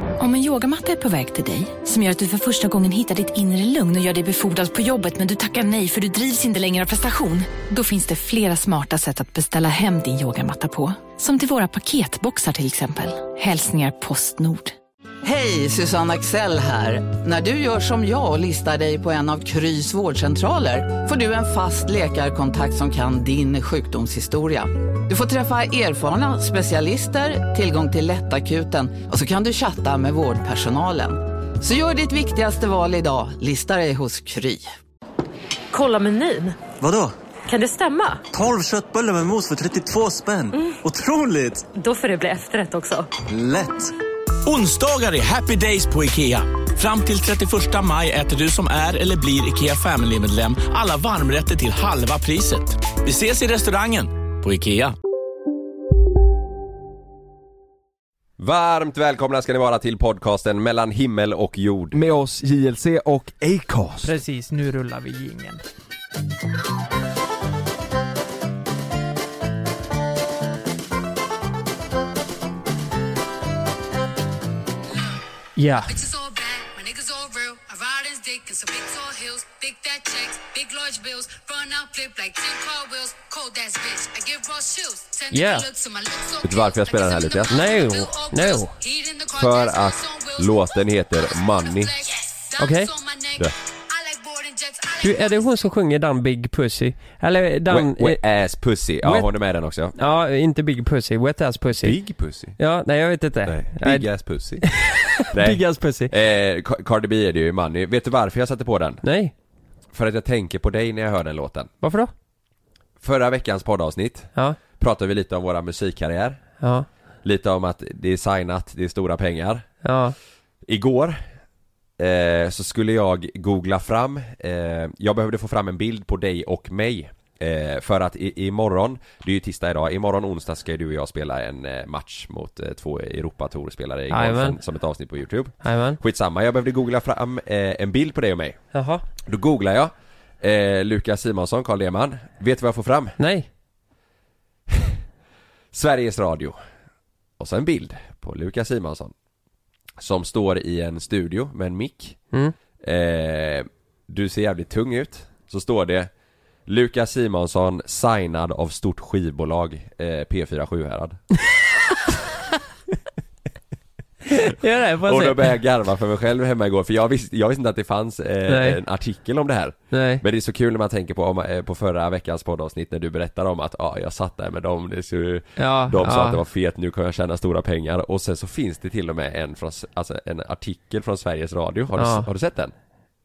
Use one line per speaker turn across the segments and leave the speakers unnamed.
Om en yogamatta är på väg till dig, som gör att du för första gången hittar ditt inre lugn och gör dig befordrad på jobbet men du tackar nej för du drivs inte längre av prestation. Då finns det flera smarta sätt att beställa hem din yogamatta på. Som till våra paketboxar till exempel. Hälsningar Postnord.
Hej, Susanne Axel här. När du gör som jag och listar dig på en av Krys vårdcentraler får du en fast läkarkontakt som kan din sjukdomshistoria. Du får träffa erfarna specialister, tillgång till lättakuten och så kan du chatta med vårdpersonalen. Så gör ditt viktigaste val idag, listar dig hos Kry.
Kolla menyn.
Vadå?
Kan det stämma?
12 köttbullar med mos för 32 spänn.
Mm.
Otroligt!
Då får det bli efterrätt också.
Lätt!
Onsdagar är happy days på IKEA. Fram till 31 maj äter du som är eller blir IKEA Family-medlem alla varmrätter till halva priset. Vi ses i restaurangen på IKEA.
Varmt välkomna ska ni vara till podcasten mellan himmel och jord.
Med oss JLC och Acast.
Precis, nu rullar vi jingeln. Ja,
Bitches all bad, my niggas all real. I ride his dick in some big tall heels, big fat checks, big large bills. Run out flip like 10 car wheels. Cold ass bitch, I give raw chills. Send
Yeah.
the looks to my lips.
Vet du varför jag spelar den här Lukas?
No, no.
För att låten heter Money.
Okej.
Du.
du är det hon som sjunger den Big Pussy? Eller den...
Wet, wet
eh,
ass pussy. Ja,
Wet-
har du med den också?
ja, inte Big Pussy, Wet Ass Pussy.
Big pussy?
Ja, nej jag vet inte.
Nej.
Nej,
Big ass pussy.
Big
Nej.
Ass Pussy.
Eh, Ca- Cardi B är det ju i Money. Vet du varför jag satte på den?
Nej,
För att jag tänker på dig när jag hör den låten.
varför då?
Förra veckans poddavsnitt
Ja,
pratade vi lite om våra musikkarriär.
ja,
Lite om att det är signat, det är stora pengar.
ja.
Igår eh, så skulle jag googla fram, eh, jag behövde få fram en bild på dig och mig eh, För att i, imorgon, det är ju tisdag idag, imorgon onsdag ska ju du och jag spela en eh, match mot eh, två Europatourspelare i golfen
Jajamän.
som ett avsnitt på Youtube
Jajamän.
Skitsamma, jag behövde googla fram eh, en bild på dig och mig
Jaha.
Då googlar jag eh, Lukas Simonsson, Carl Lehmann Vet du vad jag får fram?
Nej.
Sveriges Radio Och så en bild på Lukas Simonsson Som står i en studio med en mick
Mm.
eh, Du ser jävligt tung ut Så står det Lukas Simonsson signad av stort skivbolag eh, P4 Sjuhärad
Ja, nej, får
Och då
jag se.
började jag garva för mig själv hemma igår för jag visste, jag visste inte att det fanns
Nej.
eh, en artikel om det här
Nej.
Men det är så kul när man tänker på, om, eh, på förra veckans poddavsnitt när du berättade om att ja, ah, jag satt där med dem, det så,
Ja,
de sa
ja.
att det var fet, nu kommer jag tjäna stora pengar och sen så finns det till och med en, från, s- alltså, en artikel från Sveriges Radio, har,
Ja.
du, har du sett den?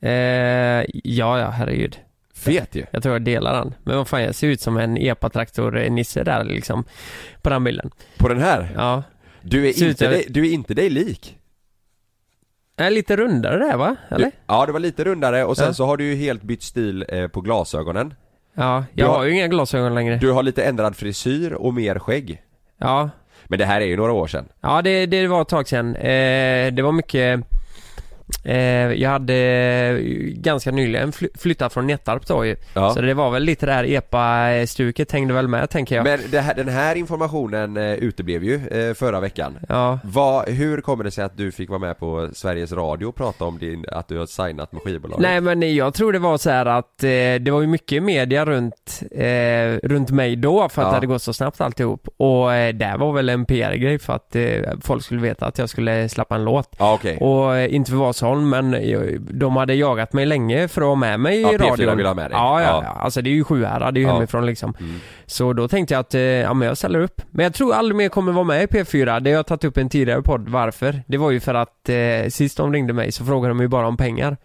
Eh, ja, ja, herregud.
Fet ju!
Jag tror jag delar den. Men vad fan, jag ser ut som en epatraktor-nisse där liksom. På den bilden.
På den här!
Ja.
Du är,
Ser ut
inte
jag-
dig, du är inte dig lik!
Är lite rundare där va? Eller?
Du, ja, det var lite rundare och sen
Ja.
så har du ju helt bytt stil eh, på glasögonen
Ja, jag
Du har-
har ju inga glasögon längre.
Du har lite ändrad frisyr och mer skägg
Ja,
Men det här är ju några år sedan
ja det, det var ett tag sedan. Eh, det var mycket... Eh, jag hade eh, ganska nyligen fly- flyttat från Nättarp då ju.
Ja.
Så det var väl lite det här epa-stuket hängde väl med tänker jag.
Men det här, den här informationen eh, uteblev ju eh, förra veckan
Ja.
Vad, hur kommer det sig att du fick vara med på Sveriges Radio och prata om din, att du har signat med skivbolaget?
Nej men jag tror det var så här att eh, det var ju mycket media runt, eh, runt mig då för att
Ja.
det hade gått så snabbt alltihop. Och eh, det var väl en PR-grej för att eh, folk skulle veta att jag skulle släppa en låt.
Ja okej,
Och eh, inte för vad som, men eh, de hade jagat mig länge för att ha med mig
Ja,
i
P4
radion.
vill ha med dig.
Ja, ja,
Ja.
ja. Alltså det är ju Sjuhärad, det är ju
Ja. Mm.
hemifrån liksom. Så då tänkte jag att, eh, ja men jag ställer upp. Men jag tror aldrig mer kommer vara med i P4. Det har jag tagit upp i en tidigare podd. Varför? Det var ju för att eh, sist de ringde mig så frågade de ju bara om pengar.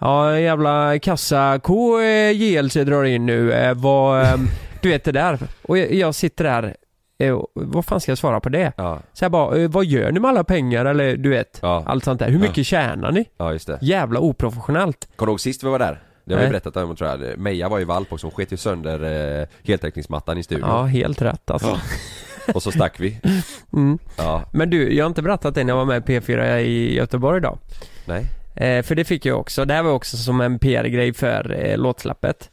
Ja, en jävla kassako eh, JLC drar in nu. Eh, vad, eh, du vet det där. Och jag, jag sitter där, eh, och vad fan ska jag svara på det?
ja,
Så jag bara, eh, vad gör ni med alla pengar eller du vet,
Ja.
allt sånt där. Hur mycket
Ja.
tjänar ni?
ja just det
Jävla oprofessionellt.
Kommer du ihåg sist vi var där? Det har vi
Nej.
berättat om tror jag, Meja var ju valp också, hon sket ju sönder eh, heltäckningsmattan i studion
Ja, helt rätt alltså.
och så stack vi
Mm.
Ja,
Men du, jag har inte berättat det när jag var med i P4 i Göteborg idag.
nej
Eh, för det fick jag också. Det här var också som en PR-grej för eh, låtsläppet.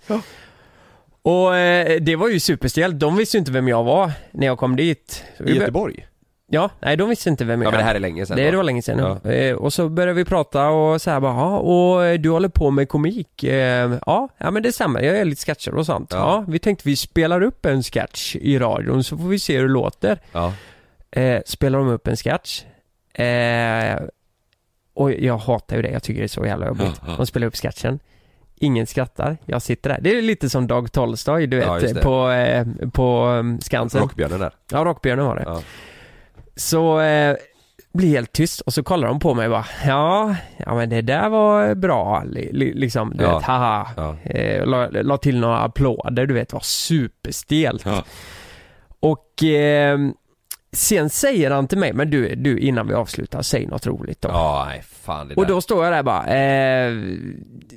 Och eh, det var ju superstelt. De visste ju inte vem jag var när jag kom dit.
I Göteborg?
Ja, nej de visste inte vem jag
Ja men det här
var.
är länge sedan
det,
va?
var länge sedan. Ja. Eh, Och så började vi prata och så här bara, "Ja, och eh, du håller på med komik? Eh, Ja, ja men det stämmer, jag gör lite sketcher och sånt. Ja.
Ja.
vi tänkte vi spelar upp en sketch i radion så får vi se hur det låter.
Ja.
Eh, spelar de upp en sketch. Eh, och jag hatar ju det, jag tycker det är så jävla jobbigt. De spelar upp sketchen. Ingen skrattar, jag sitter där. Det är lite som Dag Tolstoy, du vet,
Ja, just det.
på, eh, på eh, Skansen.
Rockbjörnen där.
Ja, Rockbjörnen var det.
Ja.
Så eh, blir helt tyst och så kollar de på mig och bara ja, ja men det där var bra li, li, liksom, du
Ja.
vet, haha.
Ja.
Eh, la, la till några applåder, du vet, var superstelt. Och eh, sen säger han till mig, men du, du innan vi avslutar, säg något roligt då.
Ja, nej fan det där.
Och då står jag där bara, eh,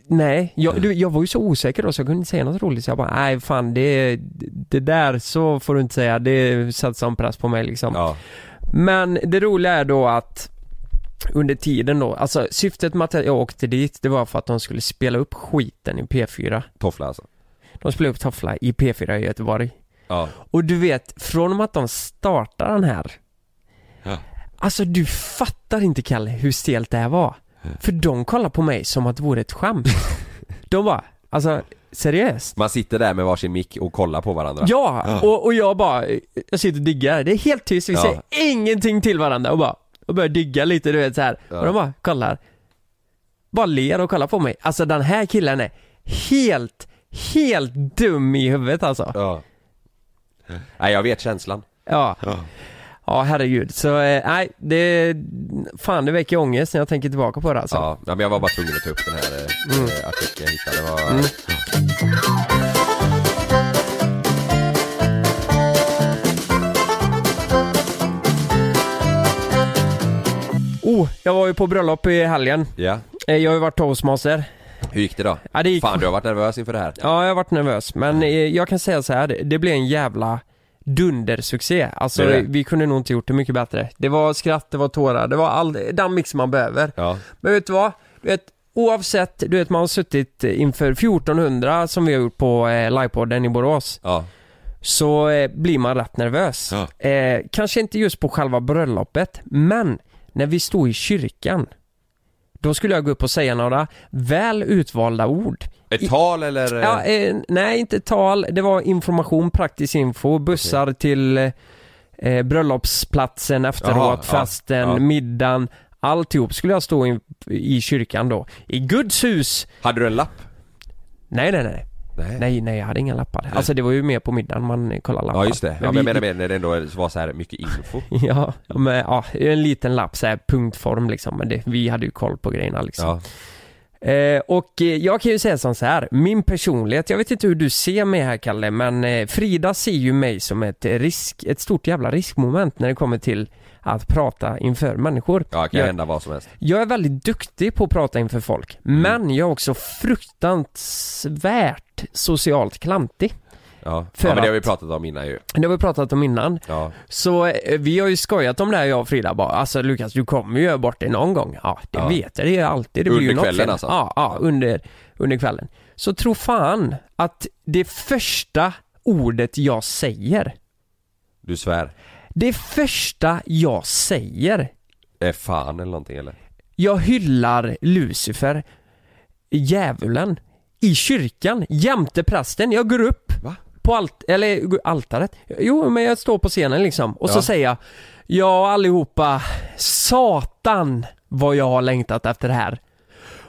nej, jag, du, jag var ju så osäker då så jag kunde inte säga något roligt så jag bara, nej fan det, det där så får du inte säga, det satte sån press på mig liksom.
Ja,
Men det roliga är då att under tiden då, alltså syftet med att jag åkte dit det var för att de skulle spela upp skiten i P4.
toffla alltså.
De spelade upp Toffla i P4 i Göteborg.
Ja.
Och du vet, från och med att de startar den här
Ja.
Alltså du fattar inte Kalle hur stelt det här var. För de kollar på mig som att det vore ett skämt. de bara, alltså seriöst?
Man sitter där med varsin mick och kollar på varandra.
Ja, Och, och jag bara, jag sitter och diggar, det är helt tyst, vi
Ja.
säger ingenting till varandra och bara, och börjar digga lite du vet så här.
Ja.
och de bara kollar. Bara ler och kollar på mig. Alltså den här killen är helt, helt dum i huvudet alltså.
Ja. Nej jag vet känslan.
Ja.
Ja.
Ja, herregud. Så eh, nej, det, fan det väcker ångest när jag tänker tillbaka på det alltså.
Ja, ja men jag var bara tvungen att ta upp den här eh,
Mm.
eh, artikeln jag hittade. Det var...
Oh, jag var ju på bröllop i helgen.
Ja.
Eh, Jag har ju varit toastmaster.
Hur gick det då?
Ja, det gick-
Fan du har varit nervös inför det här.
Ja, jag har varit nervös. Men eh, jag kan säga så här, det- det blev en jävla dundersuccé. Alltså
Det är det.
vi kunde nog inte gjort det mycket bättre. Det var skratt, det var tårar, det var all den mix man behöver.
Ja.
Men vet du vad? Du vet, oavsett, du vet man har suttit inför 1400 som vi har gjort på eh, livepodden i Borås.
Ja.
så eh, blir man rätt nervös. Eh, kanske inte just på själva bröllopet, men när vi stod i kyrkan, då skulle jag gå upp och säga några väl utvalda ord.
Ett tal eller? eh,
Ja, eh, nej, inte tal, det var information, praktisk info, bussar till eh, eh, bröllopsplatsen efteråt,
Jaha, ja,
festen,
ja.
middagen, alltihop skulle jag stå i, i kyrkan då. I Guds hus!
Hade du en lapp?
Nej, nej, nej.
Nej.
Nej, nej, jag hade inga lappar. Alltså det var ju mer på middagen man eh, kollade lappar.
Ja just det. Ja, men
vi-
jag menar med när det ändå var så här mycket info.
Ja, men, ja, en liten lapp så här punktform liksom, men det, vi hade ju koll på grejerna liksom.
Ja.
Eh, och eh, jag kan ju säga som så här, min personlighet, jag vet inte hur du ser mig här Kalle, men eh, Frida ser ju mig som ett eh, risk, ett stort jävla riskmoment när det kommer till att prata inför människor.
Ja, kan
jag,
hända Mm. vad som helst.
jag är väldigt duktig på att prata inför folk, men jag är också fruktansvärt socialt klantig.
Ja.
För
ja men det har vi
att-
pratat om innan ju.
Det har vi pratat om innan.
Ja.
Så eh, vi har ju skojat om det här jag och Frida bara, alltså Lukas du kommer ju göra bort dig någon gång. Ja det
Ja.
vet jag, det är alltid, det blir
Under
ju något
kvällen
fel.
alltså?
Ja, ja under, under kvällen. Så tro fan att det första ordet jag säger,
Du svär.
det första jag säger,
Eh, fan eller någonting eller?
jag hyllar Lucifer, djävulen, i kyrkan, jämte prästen. Jag går upp
Va?
på alt eller g- altaret. Jo, men jag står på scenen liksom. Och så
Ja.
säger jag, ja allihopa, satan vad jag har längtat efter det här.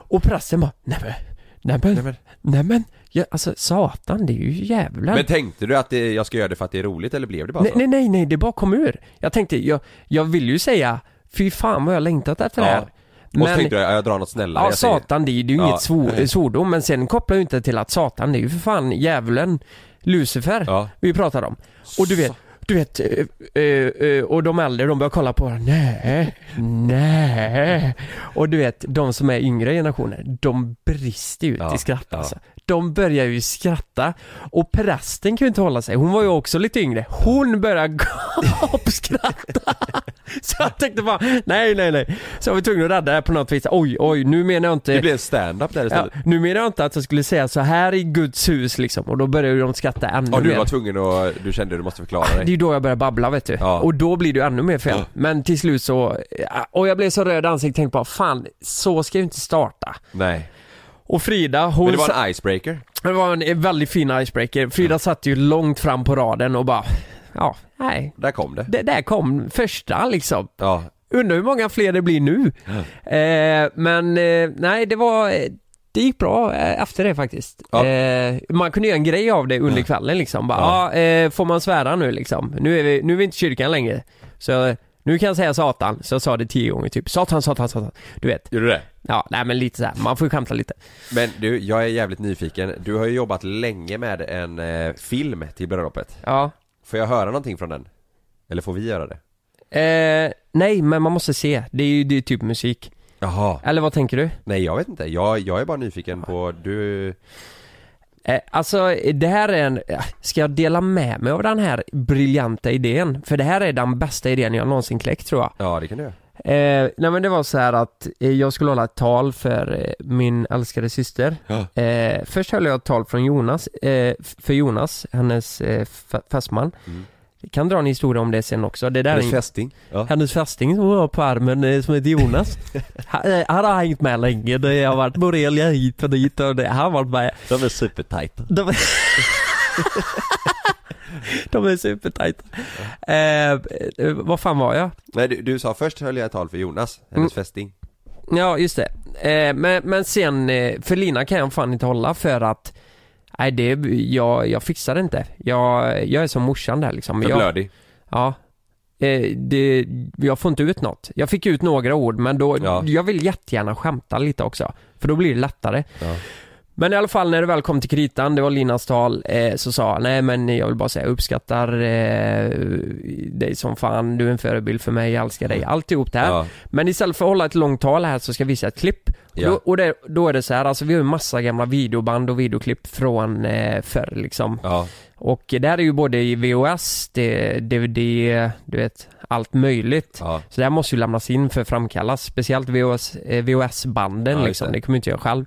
Och prästen bara, nej men, nej men, nej men, ja, alltså satan det är ju djävulen.
Men tänkte du att det, jag ska göra det för att det är roligt eller blev det bara
Nej,
så?
nej, nej, nej, det bara kom ur. Jag tänkte, jag, jag vill ju säga, fy fan vad jag har längtat efter det
Ja.
här.
Och så tänkte du jag drar något snällare.
Ja,
jag säger-
satan det är det är ju
Ja.
inget svor, svordom, men sen kopplar ju inte till att satan det är ju för fan djävulen, Lucifer,
Ja.
vi pratar om. Och du vet, du vet, eh, eh, eh, och de äldre de börjar kolla på varandra, nej, nej. Och du vet, de som är yngre generationer, de brister ut
Ja,
i skratt
ja.
alltså. de börjar ju skratta och prästen kan ju inte hålla sig, hon var ju också lite yngre, hon börjar gapskratta. Så jag tänkte bara, nej nej nej. Så jag var tvungen att rädda det här på något vis, oj oj, nu menar jag inte
Det blev stand-up där
Ja,
istället. Ja,
nu menar jag inte att jag skulle säga så här i Guds hus liksom och då börjar ju de skratta ännu
du
mer.
var tvungen att, du kände att du måste förklara
Det är
dig.
ju då jag börjar babbla vet du.
Ja.
Och då blir det ju ännu mer fel.
Ja.
Men till slut så, eh, och jag blev så röd i ansiktet tänkte bara fan, så ska jag ju inte starta.
Nej.
Och Frida hon
Men det var
sa-
en icebreaker.
det var en väldigt fin icebreaker. Frida satt ju långt fram på raden och bara, ja, nej.
Där kom det.
Det där kom första liksom.
Ja.
Undrar hur många fler det blir nu. Eh, men eh, nej, det var eh, det gick bra eh, efter det faktiskt.
Ja.
Eh, man kunde göra en grej av det under kvällen liksom. Bara, ja. eh, får man svära nu liksom? Nu är vi, nu är vi inte i kyrkan längre. Så eh, nu kan jag säga satan. Så jag sa det tio gånger typ. Satan, satan, satan. Du vet.
Gjorde du det?
Ja, nej men lite så här. man får ju skämta lite.
Men du, jag är jävligt nyfiken. Du har ju jobbat länge med en eh, film till bröllopet.
Ja.
Får jag höra någonting från den? Eller får vi göra det?
Eh, nej, men man måste se. Det är ju det är typ musik.
Jaha.
Eller vad tänker du?
Nej jag vet inte. Jag, jag är bara nyfiken på, du...
Eh, Alltså det här är en, eh, ska jag dela med mig av den här briljanta idén? För det här är den bästa idén jag någonsin kläckt tror jag.
Ja det kan du göra.
Eh, nej men det var så här att eh, jag skulle hålla ett tal för eh, min älskade syster.
Ja.
Eh, först höll jag ett tal från Jonas, eh, f- för Jonas, hennes eh, fa- fästman. Jag Kan dra en historia om det sen också. Det där är
Mm. Hennes
en-
fästing. Ja.
hennes fästing som hon har på armen eh, som heter Jonas. han, eh, han har hängt med länge. Det har varit borrelia hit och dit och det. Han har varit med.
De är supertajta.
De är, de är supertajta. Eh, eh, vad fan var jag?
Nej du, du sa först höll jag ett tal för Jonas, hennes
Mm.
fästing.
Ja, just det. Eh, men, men sen, eh, för Lina kan jag fan inte hålla för att Nej det, jag, jag fixar det inte. Jag, jag är som morsan där liksom.
För
Jag,
blödig.
Ja. Eh, det, jag får inte ut något. Jag fick ut några ord men då,
Ja.
jag vill jättegärna skämta lite också. För då blir det lättare.
Ja.
Men i alla fall när det väl kom till kritan, det var Linas tal, eh, så sa han, nej men jag vill bara säga jag uppskattar eh, dig som fan, du är en förebild för mig, jag älskar dig, alltihop det här.
Mm. Ja.
Men istället för att hålla ett långt tal här så ska jag visa ett klipp.
Ja.
Och, då, och det, då är det så här, alltså vi har ju massa gamla videoband och videoklipp från eh, förr liksom.
Ja.
Och det här är ju både i VHS, det, DVD, du vet, allt möjligt.
Ja.
Så det här måste ju lämnas in för att framkallas, speciellt VHS, eh, VHS-banden
Ja, just
liksom,
det.
det kommer inte jag själv.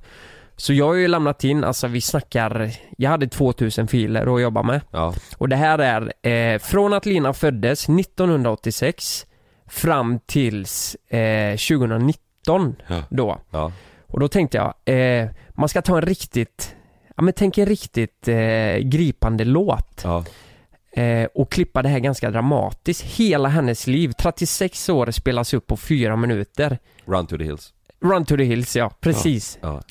Så jag har ju lämnat in, alltså vi snackar, jag hade 2000 filer att jobba med.
Ja.
Och det här är eh, från att Lina föddes 1986 fram tills eh, 2019
Ja.
då.
Ja.
Och då tänkte jag, eh, man ska ta en riktigt, ja men tänk en riktigt eh, gripande låt
Ja.
eh, och klippa det här ganska dramatiskt. Hela hennes liv, 36 år spelas upp på fyra minuter.
Run to the hills.
Run to the hills ja, precis.
Ja.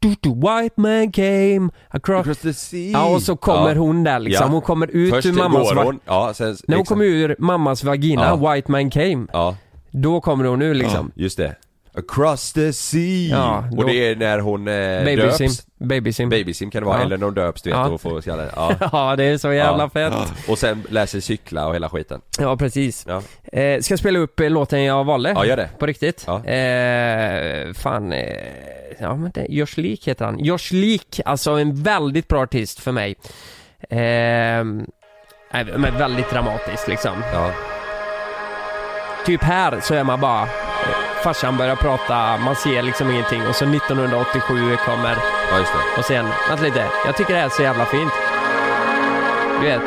Du, du, white man came across...
the sea.
Ja och så kommer
Ja.
hon där liksom,
Ja.
hon kommer ut
Först
ur mammas...
går
va-
hon, ja sen...
När hon
exakt.
kom ur mammas vagina,
Ja.
White Man Came,
Ja.
då kommer hon nu liksom.
Ja, just det. Across the sea!
Ja, då-
och det är när hon eh,
Babysim,
döps.
babysim.
Babysim kan det vara,
Ja.
eller när hon döps du vet
Ja.
och får skallen. Ja.
Ja, det är så jävla
Ja.
fett.
Och sen lär sig cykla och hela skiten.
Ja, precis.
Ja.
Eh, ska jag spela upp eh, låten jag valde?
Ja, gör det.
På riktigt?
Ja.
Eh, fan, eh, ja men det, Josh Leek heter han. Josh Leek, alltså en väldigt bra artist för mig. Eh, nej, men väldigt dramatiskt liksom.
Ja.
Typ här så är man bara, eh, farsan börjar prata, man ser liksom ingenting och så 1987 kommer
ja, just det.
Och sen, vänta lite. Jag tycker det här är så jävla fint. Du vet.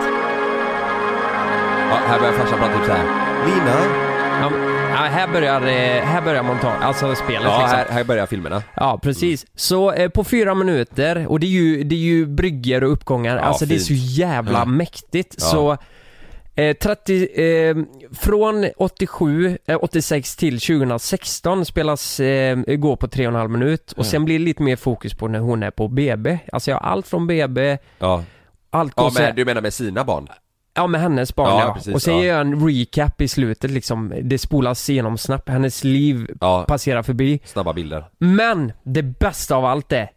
Ja, här börjar farsan prata typ såhär. Lina!
Ja, men- ja, här börjar, eh, här börjar montagen, alltså spelet
Ja,
liksom.
här, här börjar filmerna.
Ja, precis.
Mm.
Så eh, på fyra minuter, och det är ju, det är ju brygger och uppgångar. alltså det är så
fint.
jävla
Ja.
mäktigt.
Ja.
Så eh, 30, eh, från 87, eh, 86 till 2016 spelas, eh, går på tre och en halv minut.
Mm.
Och sen blir det lite mer fokus på när hon är på BB. Alltså jag har allt från BB,
Ja.
allt går
ja
så här-
men du menar med sina barn?
Ja med hennes barn ja,
Ja, precis,
Och sen
ja.
gör jag en recap i slutet liksom. Det spolas igenom snabbt, hennes liv
Ja.
passerar förbi.
Snabba bilder.
Men det bästa av allt är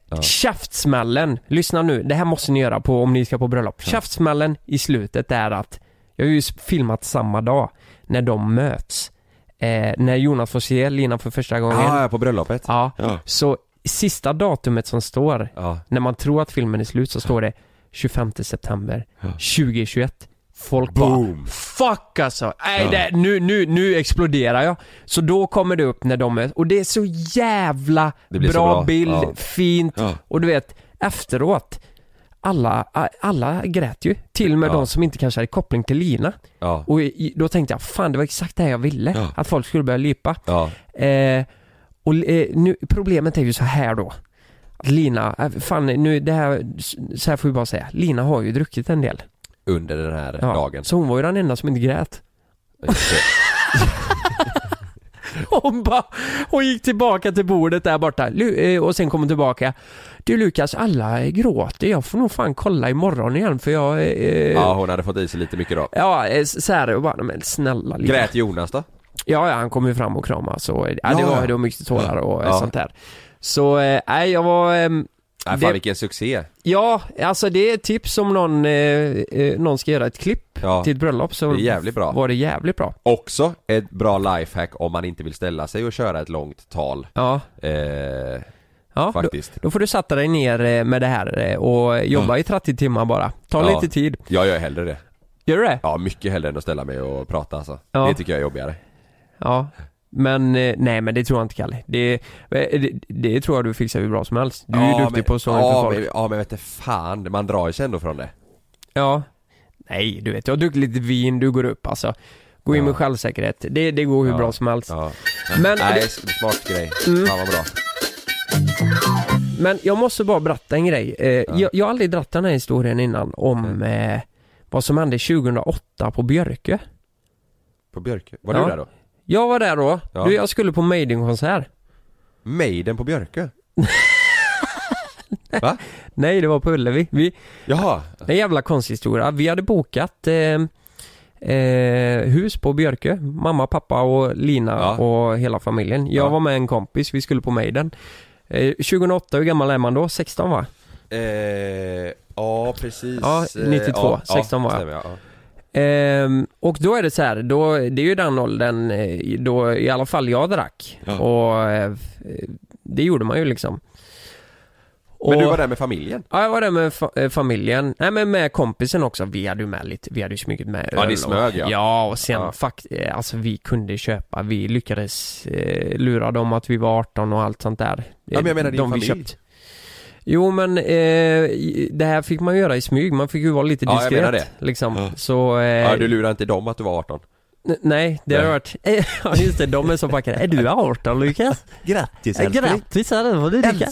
käftsmällen. Lyssna nu, det här måste ni göra på om ni ska på bröllop. Käftsmällen i slutet är att jag har ju filmat samma dag när de möts. Eh, när Jonas får se Lina för första gången.
Ja, ah, på bröllopet.
Ja,
Ja.
så sista datumet som står,
Ja.
när man tror att filmen är slut så står det 25 september 2021. Folk
Boom.
bara Fuck alltså! Nej, det, nu, nu, nu exploderar jag. Så då kommer det upp när de är, och det är så jävla
Det blir
bra,
så bra,
bild,
ja.
fint
Ja.
och du vet efteråt alla, alla grät ju. Till och med
Ja.
de som inte kanske hade koppling till Lina.
Ja.
Och i- då tänkte jag, fan det var exakt det här jag ville.
Ja.
Att folk skulle börja lipa.
Ja.
Eh, och eh, nu, problemet är ju så här då. Att Lina, eh, fan nu det här, så här får vi bara säga. Lina har ju druckit en del.
Under den här
Ja.
dagen.
Så hon var ju den enda som inte grät.
Just det.
Hon bara, hon gick tillbaka till bordet där borta Lu- eh, och sen kom hon tillbaka. Du Lukas, alla eh, gråter. Jag får nog fan kolla imorgon igen för jag... Eh,
Ja, hon hade fått i sig lite mycket då.
Ja, eh, så här och bara, men snälla Lina.
Grät Jonas då?
Ja, ja, han kom ju fram och kramade så, eh, ja, det
Ja,
var
ja.
då mycket tårar och eh,
Ja.
sånt där. Så, eh, nej jag var, ehm,
Nej, fan
Det-
vilken succé.
ja alltså det är ett tips om någon, eh, eh, någon ska göra ett klipp
Ja.
till ett bröllop så
Det är jävligt bra.
var det jävligt bra.
Också ett bra lifehack om man inte vill ställa sig och köra ett långt tal.
Ja,
Eh,
ja då,
faktiskt. Mm.
då får du sätta dig ner eh, med det här eh, och jobba i 30 timmar bara. Ta
Ja.
lite tid.
Jag gör hellre det.
Gör du det?
Ja, mycket hellre än att ställa mig och prata alltså.
Ja.
Det tycker jag är jobbigare.
Ja. Men eh, nej men det tror jag inte Kalle. Det, eh, det, det tror jag du fixar hur bra som helst. Du är ju duktig
men,
på att stå inför
ja,
folk.
men, ja, men vet du fan, man drar sig ändå från det.
Ja. Nej, du vet, jag har druckit lite vin, du går upp alltså. Gå in
Ja.
med självsäkerhet. Det, det går hur
Ja.
bra som helst.
Ja.
Men, Mm.
Nej, s- smart grej. Fan vad bra.
men jag måste bara berätta en grej. Eh, jag, jag har aldrig dragit den här historien innan
Mm.
om eh, vad som hände 2008 på Björke.
På Björke. Var
Ja.
du där då?
Jag var där då.
Ja.
Du, jag skulle på Maiden-konsert.
Maiden på Björke? Va?
Nej, det var på Ullevi. Vi,
Jaha.
det är en jävla konstig historia. Vi hade bokat eh, eh, hus på Björke. Mamma, pappa och Lina
Ja.
och hela familjen. Jag
Ja.
var med en kompis, vi skulle på Maiden. Eh, 2008, hur gammal är man då? 16 va?
Eh, ja, precis. Eh,
Ja, 92,
Ja,
16 var jag.
stämmer, ja.
Ehm, och då är det så här, då, det är ju den åldern eh, då i alla fall jag drack. Och eh, det gjorde man ju liksom.
Men du
Och-
var där med familjen?
Ja, jag var där med fa- eh, familjen. Nej, men med kompisen också. Vi hade ju med lite, vi hade ju smugit med
Ja, ni
och-
smög, ja.
Ja, och sen
Ja.
fakt, eh, alltså vi kunde köpa, vi lyckades eh, lura dem att vi var 18 och allt sånt där.
Ja, men jag menar din
de vi
familj.
köpt. Jo men eh, i- det här fick man göra i smyg, man fick ju vara lite
Ja, jag
diskret.
menar det.
Liksom. Så, eh,
Ja, du lurade inte dem att du var 18?
n- nej, det har
Nej.
varit, ja just det, de är så packade. Är du 18 Lukas?
Äh, Grattis
Ja, Grattis, ja, det får du dricka.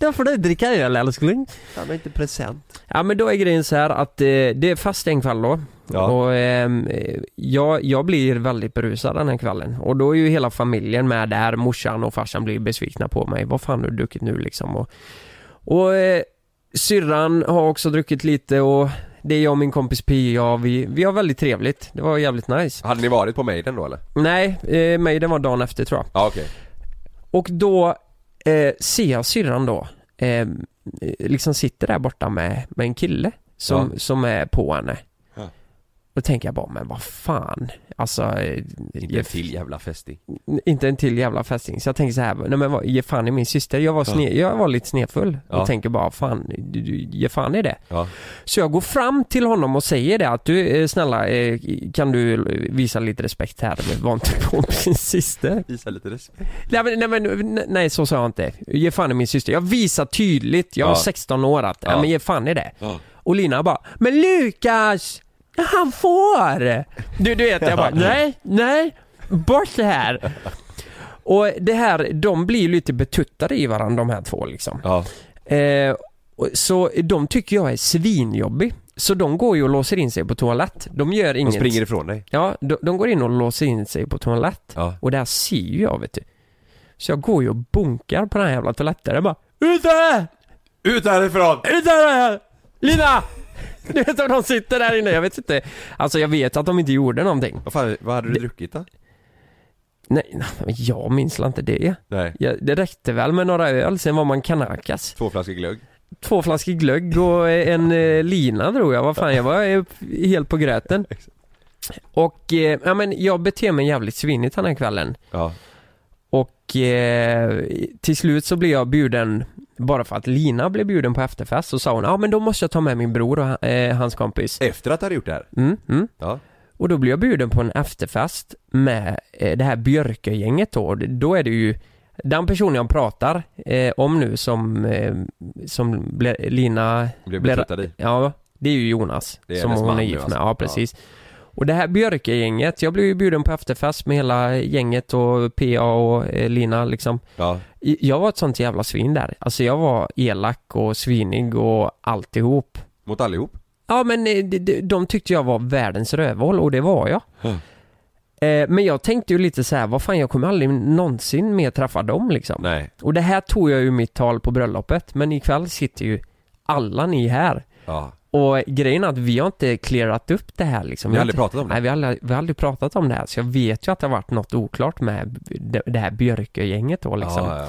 Då får du dricka öl älskling.
Han har inte present.
Ja men då är grejen så här att eh, det är fast en kväll då.
Ja.
Och ehm, eh, jag, jag blir väldigt berusad den här kvällen. Och då är ju hela familjen med där. Morsan och farsan blir besvikna på mig. Vad fan har du druckit nu liksom? Och, och eh, syrran har också druckit lite och det är jag och min kompis Pia. Vi, vi har väldigt trevligt. Det var jävligt nice.
Hade ni varit på Maiden då eller?
Nej, eh, mig den var dagen efter tror jag.
Ja, okej.
Och då eh, ser jag syrran då eh, eh, liksom sitter där borta med, med en kille som, som är på henne.
Ja.
Då tänker jag bara, men vad fan. Alltså, eh,
Inte en till jävla festing.
inte en till jävla fästing. Så jag tänker så här, nej men vad, ge fan i min syster. Jag var, sne, jag var lite snedfull
Ja.
och tänker bara, fan, du, du, ge fan i det.
Ja.
Så jag går fram till honom och säger det att du, eh, snälla, eh, kan du visa lite respekt här? Det var inte på min syster.
Visa lite respekt.
Nej, men, nej, men, nej, nej så sa jag inte. Ge fan i min syster. Jag visar tydligt, jag är
Ja.
16 år att, ja.
Ja.
men ge fan i det. Och Lina bara, men Lukas! Han får! Du, du vet, jag bara, nej, nej, bort det här! Och det här, de blir ju lite betuttade i varandra de här två liksom.
Ja.
Eh, och- så de tycker jag är svinjobbig. Så de går ju och låser in sig på toalett. De gör
De
inget.
springer ifrån dig.
Ja, de, de går in och låser in sig på toalett.
Ja.
Och där ser ju jag vet du. Så jag går ju och bunkar på den här jävla toaletten. Jag bara Ut där!
Ut härifrån!
Ut där! Lina! Du vet om de sitter där inne, jag vet inte. Alltså jag vet att de inte gjorde någonting.
Vad fan, vad hade du druckit då?
Nej, nej, men jag minns väl inte det.
Nej.
Jag, det räckte väl med några öl, sen var man kanakas.
Två flaskor glögg?
Två flaskor glögg och en eh, lina drog jag. Vad fan, jag var eh, helt på gröten. Och eh, ja, men jag beter mig jävligt svinigt den här kvällen.
Ja.
Och eh, till slut så blev jag bjuden bara för att Lina blev bjuden på efterfest så sa hon ja ah, men då måste jag ta med min bror och eh, hans kompis.
Efter att du hade gjort det här?
Mm, mm.
Ja.
Och då blev jag bjuden på en efterfest med eh, det här Björkegänget då. Och Då är det ju den personen jag pratar eh, om nu som, eh, som ble, Lina
Blev betuttad i?
Ja, det är ju Jonas
Det är
som
hennes
hon
man
är
nu
gift med.
alltså.
Ja, precis. Och det här Björkegänget, jag blev ju bjuden på efterfest med hela gänget och PA och eh, Lina liksom.
Ja.
I- Jag var ett sånt jävla svin där. Alltså jag var elak och svinig och alltihop.
Mot allihop?
Ja men eh, de- de- de tyckte jag var världens rövhål och det var jag. Eh, Men jag tänkte ju lite så här, vad fan jag kommer aldrig någonsin mer träffa dem liksom.
Nej.
Och det här tog jag ju mitt tal på bröllopet men ikväll sitter ju alla ni här.
Ja.
Och grejen är att vi har inte clearat upp det här liksom.
Ni har
Vi
aldrig
inte-
pratat om det?
Nej, vi har aldrig, vi har aldrig pratat om det här. Så jag vet ju att det har varit något oklart med det- det här Björkö-gänget då liksom.
Ja, ja.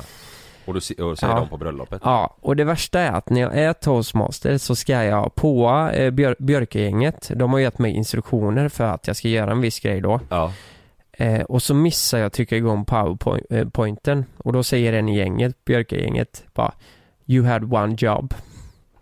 Och då si- och säger
Ja.
de på bröllopet?
Ja, och det värsta är att när jag är toastmaster så ska jag påa eh, björ, Björkegänget. De har gett mig instruktioner för att jag ska göra en viss grej då.
Ja.
Eh, och så missar jag att trycka igång powerpointen. Och då säger en i gänget, Björkegänget, bara You had one job.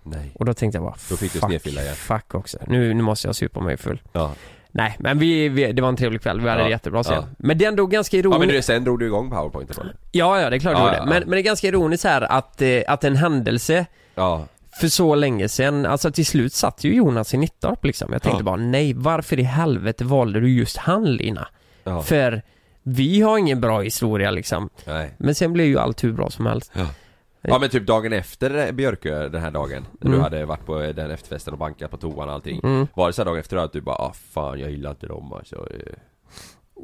Nej.
Och då tänkte jag bara
Då fick du
fuck,
snedfylla igen.
Fuck också. Nu, nu måste jag supa mig full.
Ja.
Nej, men vi, vi, det var en trevlig kväll. Vi hade
Ja,
det jättebra sen.
ja.
Men det är ändå ganska ironiskt.
Ja men du, sen drog du igång powerpointen eller?
ja, ja, det är klart
Ja,
det gjorde.
ja, ja.
Men, men det är ganska ironiskt här att, eh, att en händelse
Ja.
för så länge sedan, alltså till slut satt ju Jonas i Nittorp liksom. Jag tänkte
Ja.
bara nej, varför i helvete valde du just han Lina?
Ja.
För vi har ingen bra historia liksom.
Nej.
Men sen blev ju allt hur bra som helst.
Ja men typ dagen efter Björkö den här dagen, när
Mm.
du hade varit på eh, den efterfesten och bankat på toan och allting Var det så här dagen efter att du bara ah, fan jag gillar inte dem alltså.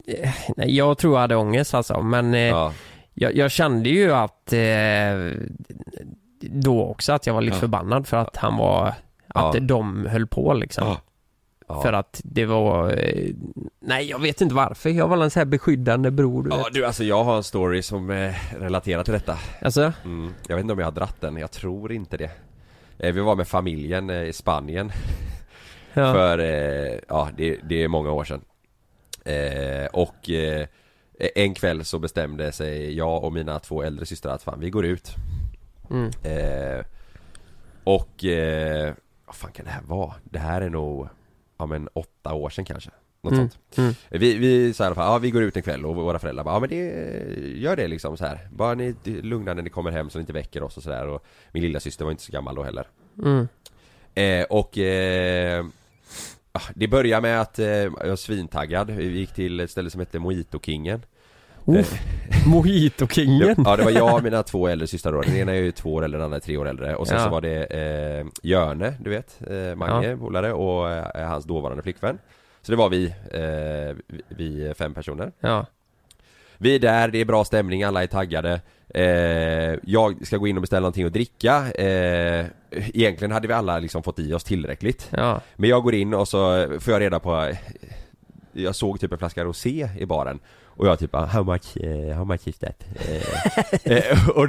eh."
Nej, Jag tror jag hade ångest alltså, men eh,
Ja,
jag, jag kände ju att eh, då också att jag var lite förbannad för att han var, att
Ja.
de höll på liksom.
Ja. Ja.
För att det var, eh, nej jag vet inte varför, jag var en sån här beskyddande bror du
ja
vet.
du alltså jag har en story som eh, relaterar till detta
Alltså,
Mm, jag vet inte om jag har dratt den, jag tror inte det. Eh, Vi var med familjen eh, i Spanien
ja.
för, eh, ja det, det är många år sedan. Eh, och eh, en kväll så bestämde sig jag och mina två äldre systrar att fan vi går ut.
Mm.
Eh, och, eh, vad fan kan det här vara? Det här är nog, ja men åtta år sedan kanske. Något
Mm,
sånt.
mm.
Vi, vi sa i alla fall, ja vi går ut en kväll och våra föräldrar bara, ja men det, gör det liksom så här. Bara ni lugna när ni kommer hem så ni inte väcker oss och sådär och min lilla syster var inte så gammal då heller.
Mm.
Eh, och eh, ah, det börjar med att eh, jag var svintaggad, vi gick till ett ställe som hette Mojito Kingen
Uff, Mojito-kingen.
Ja det var jag och mina två äldre systrar då, den ena är ju två år äldre, den andra är tre år äldre och sen
Ja.
så var det eh, Jörne, du vet, eh, Mange, polare och eh, hans dåvarande flickvän Så det var vi, eh, vi- vi fem personer
Ja.
Vi är där, det är bra stämning, alla är taggade eh, Jag ska gå in och beställa någonting att dricka eh, Egentligen hade vi alla liksom fått i oss tillräckligt
Ja.
Men jag går in och så får jag reda på Jag såg typ en flaska rosé i baren Och jag typ ah, how much, eh, how much is that? Eh, eh, och,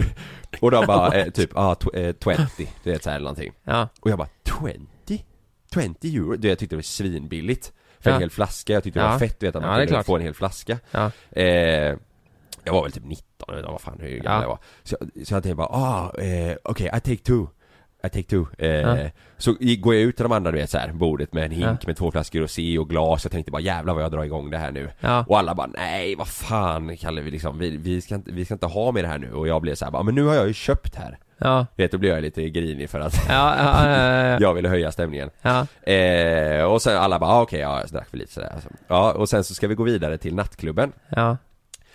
och de bara eh, typ ah, tw- eh, 20, du vet såhär eller någonting
Ja.
Och jag bara 20? 20 euro? Du, jag tyckte det var svinbilligt För
Ja.
en hel flaska, jag tyckte det
Ja.
var fett du vet att
Ja,
man
det är
kunde
klart.
få en hel flaska
Ja.
eh, jag var väl typ 19 eller vad fan hur gammal
Ja.
jag var Så, jag- så jag tänkte bara ah, eh, okej I take two I take two eh,
Ja.
Så i- går jag ut till de andra du vet så här, bordet med en hink
Ja.
med två flaskor rosé och glas Jag tänkte bara jävlar vad jag drar igång det här nu
Ja.
Och alla bara nej vad fan Kalle vi liksom, vi, vi, ska inte, vi ska inte ha med det här nu Och jag blev så här, bara, men nu har jag ju köpt här
Ja.
Du vet då blev jag lite grinig för att
Ja, ja, ja, ja, ja.
jag ville höja stämningen
ja.
eh, Och sen alla bara ah, okej ja jag drack för lite sådär alltså. Ja och sen så ska vi gå vidare till nattklubben
ja.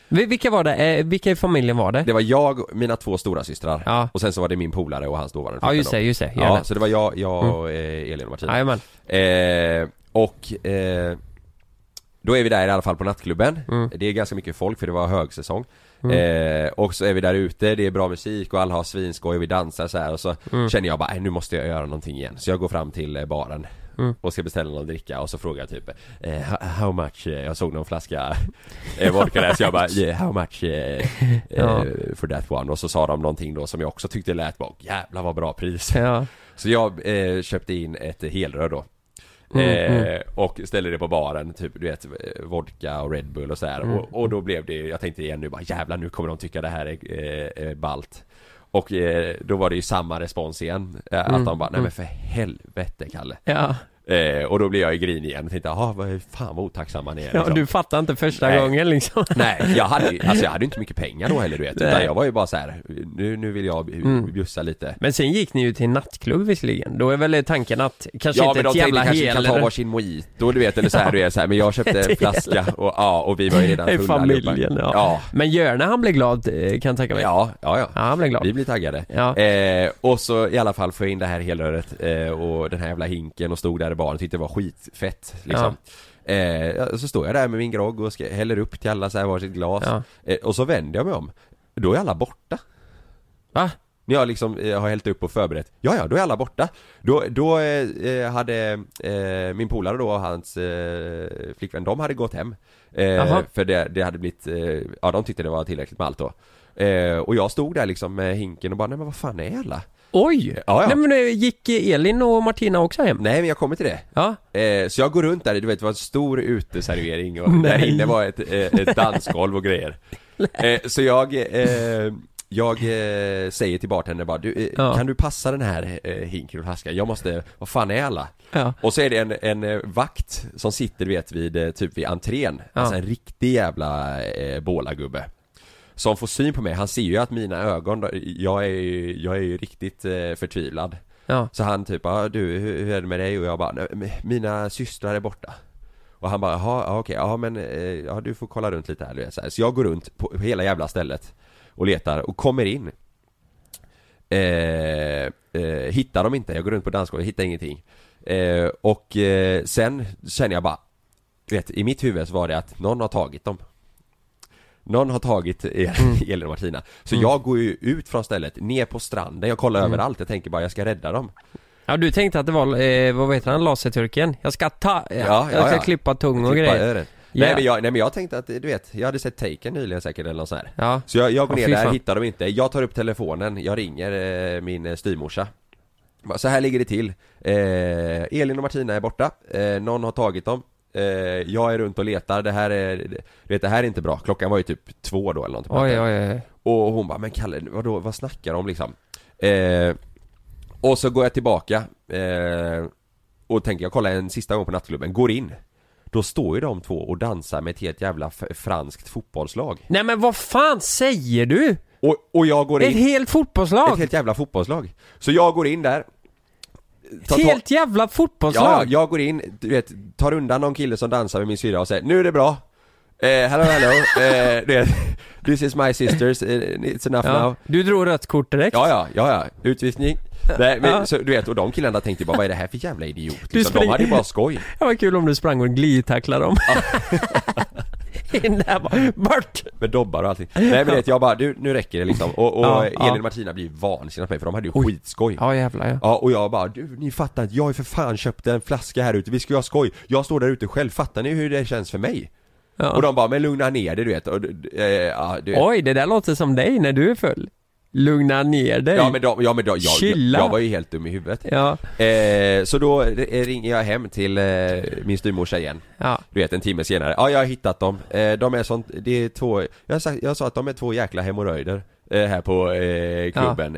Vi- Vilka var det? Eh, vilka i familjen var det?
Det var jag, mina två stora systrar
Ja.
och sen så var det min polare och hans dåvarande
Ja,
flickvän
just det,
då.
just det. Mm. Gör
Ja,
det.
så det var jag, jag och eh, Elin och Martina
Jajamän.
eh, Och eh, då är vi där i alla fall på nattklubben
Mm.
Det är ganska mycket folk för det var högsäsong eh, Och så är vi där ute, det är bra musik och alla har svinskoj och vi dansar så här och så
Mm.
känner jag bara "Nej, nu måste jag göra någonting igen Så jag går fram till eh, baren
Mm.
Och ska beställa någon dricka och så frågar jag typ eh, "How- How much? eh, Jag såg någon flaska eh, vodka där så jag bara yeah, How much? Eh, eh,
Ja.
For that one och så sa de någonting då som jag också tyckte lät bara "Åh, Jävlar vad bra pris
Ja.
så jag eh, köpte in ett helrör då
Mm,
eh, Och ställde det på baren, typ du vet eh, vodka och Red Bull och så här.
Mm,
Och, och då blev det, jag tänkte igen nu bara jävlar nu kommer de tycka det här är eh, eh, ballt Och eh, då var det ju samma respons igen eh,
Mm,
Att de bara, nej men för helvete Kalle
Ja,
eh, Och då blev jag ju grinig igen och tänkte, jaha vad- fan vad otacksamma ni är
ja
liksom.
du fattar inte första
Nej.
gången liksom.
Nej, jag hade ju- alltså jag hade ju inte mycket pengar då heller du vet Utan
Nej. Mm.
jag var ju bara så här, nu, nu vill jag b- bjussa lite
Men sen gick ni ju till en nattklubb visserligen. Då är väl tanken att kanske
Ja
inte
men de
ett
tänkte
jävla
kanske vi kan ta
helare
varsin mojito du vet eller så här du är så här, men jag köpte en flaska och ja och vi var ju redan
i
fulla
familjen.
allihopa.
Ja. Men Görne han blir glad eh, kan jag tänka mig.
Ja, ja, ja.
Ja, han blev glad.
Vi blir taggade.
Ja.
Eh, och så i alla fall få in det här helröret eh, och den här jävla hinken och stod där i baren tyckte det var skitfett liksom. Eh, så står jag där med min grogg och ska, häller upp till alla så här varsitt glas.
Ja.
Eh, och så vänder jag mig om. Då är alla borta.
Va?
När jag liksom eh, har hällt upp och förberett, ja ja, då är alla borta. Då, då eh, eh, hade eh, min polare då och hans eh, flickvän, de hade gått hem. Eh,
Jaha.
för det, det hade blivit, eh, ja de tyckte det var tillräckligt med allt då. Eh, och jag stod där liksom med hinken och bara, nej men vad fan är alla?
Oj!
Ja, ja.
Nej men eh, gick Elin och Martina också hem?
Nej men jag kommer till det.
Ja.
Eh, så jag går runt där, du vet det var en stor uteservering och där inne var ett, eh, ett dansgolv och grejer. Eh, så jag, eh, jag eh, säger till bartendern bara, du, eh,
Ja.
kan du passa den här eh, hinken och flaskan? Jag måste, vad fan är alla?
Ja.
Och så är det en, en eh, vakt som sitter du vet vid, eh, typ vid entrén, alltså en riktig jävla eh, bålagubbe. Som får syn på mig, han ser ju att mina ögon, jag är ju, jag är ju riktigt eh, förtvivlad.
Ja.
Så han typ, ah, du hur hur är det med dig? Och jag bara, "Nej, men mina systrar är borta Och han bara, jaha, ja, okej, ja men, eh, ja du får kolla runt lite här, du vet, så här Så jag går runt på hela jävla stället Och letar och kommer in eh, eh, Hittar dem inte, jag går runt på dansgolvet, hittar ingenting eh, Och eh, sen känner jag bara du vet, i mitt huvud så var det att någon har tagit dem någon har tagit El-
Mm.
Elin och Martina. Så jag går ju ut från stället, ner på stranden, jag
Mm.
kollar överallt, jag tänker bara jag ska rädda dem.
Ja du tänkte att det var, eh, vad heter han, laserturken? Jag ska ta, ja,
ja,
jag ska
ja.
klippa tung och
Klippa
grejer.
öret.
Ja.
Nej, men jag, nej men jag tänkte att, du vet, jag hade sett Taken nyligen säkert eller något sånt här.
Ja.
Så jag, jag går ner
Ja, fy
där,
fan.
hittar dem inte, jag tar upp telefonen, jag ringer eh, min eh, styvmorsa Bara, Så här ligger det till, eh, Elin och Martina är borta, eh, någon har tagit dem eh, Jag är runt och letar, det här är, du vet det här är inte bra, klockan var ju typ två då eller någonting på
Oj
natten.
oj oj.
Och hon bara, men Kalle, vadå, vad snackar de om liksom? Eh, och så går jag tillbaka eh, och tänker, jag kollar en sista gång på nattklubben, går in Då står ju de två och dansar med ett helt jävla f- franskt fotbollslag
Nej men vad fan säger du?
Och, och jag går
Ett
in,
helt fotbollslag?
ett helt jävla fotbollslag Så jag går in där tar
Ett
tag-
helt
Ja,
jävla
ja,
fotbollslag?
jag går in, du vet, tar undan någon kille som dansar med min syrra och säger Nu är det bra! Eh, hello hello, eh, du vet, This is my sisters, eh, it's enough now
Du drog rött kort direkt?
Ja, ja, ja, ja. Utvisning. Nej, men
Ja.
så, du vet, och de killarna tänkte ju bara vad är det här för jävla idiot?
Du
Liksom, de
springer-
hade ju bara skoj.
Det var kul om du sprang och glidtacklade dem. In där bara, bort!
Med dobbar och allting. Nej men du vet, jag bara, du, nu räcker det liksom. Och, och
Ja,
Elin
ja.
och Martina blir vansinniga på mig för de hade ju
Oj.
skitskoj.
Ja jävlar ja.
Ja och jag bara, du ni fattar inte, jag har ju för fan köpt en flaska här ute, vi ska ju ha skoj. Jag står där ute själv, fattar ni hur det känns för mig?
Ja.
Och de bara, men lugna ner dig du vet. Och, eh, ja, du vet.
Oj, det där låter som dig när du är full. Lugna ner dig.
Ja men de, ja men de, jag, jag,
Chilla.
jag var ju helt dum i huvudet.
Ja,
Eh, så då eh, ringer jag hem till eh, min styvmorsa igen.
ja.
Du vet en timme senare, ja jag har hittat dem, eh, de är sånt, det är två, jag sa, jag sa att de är två jäkla hemorrojder eh, här på eh, klubben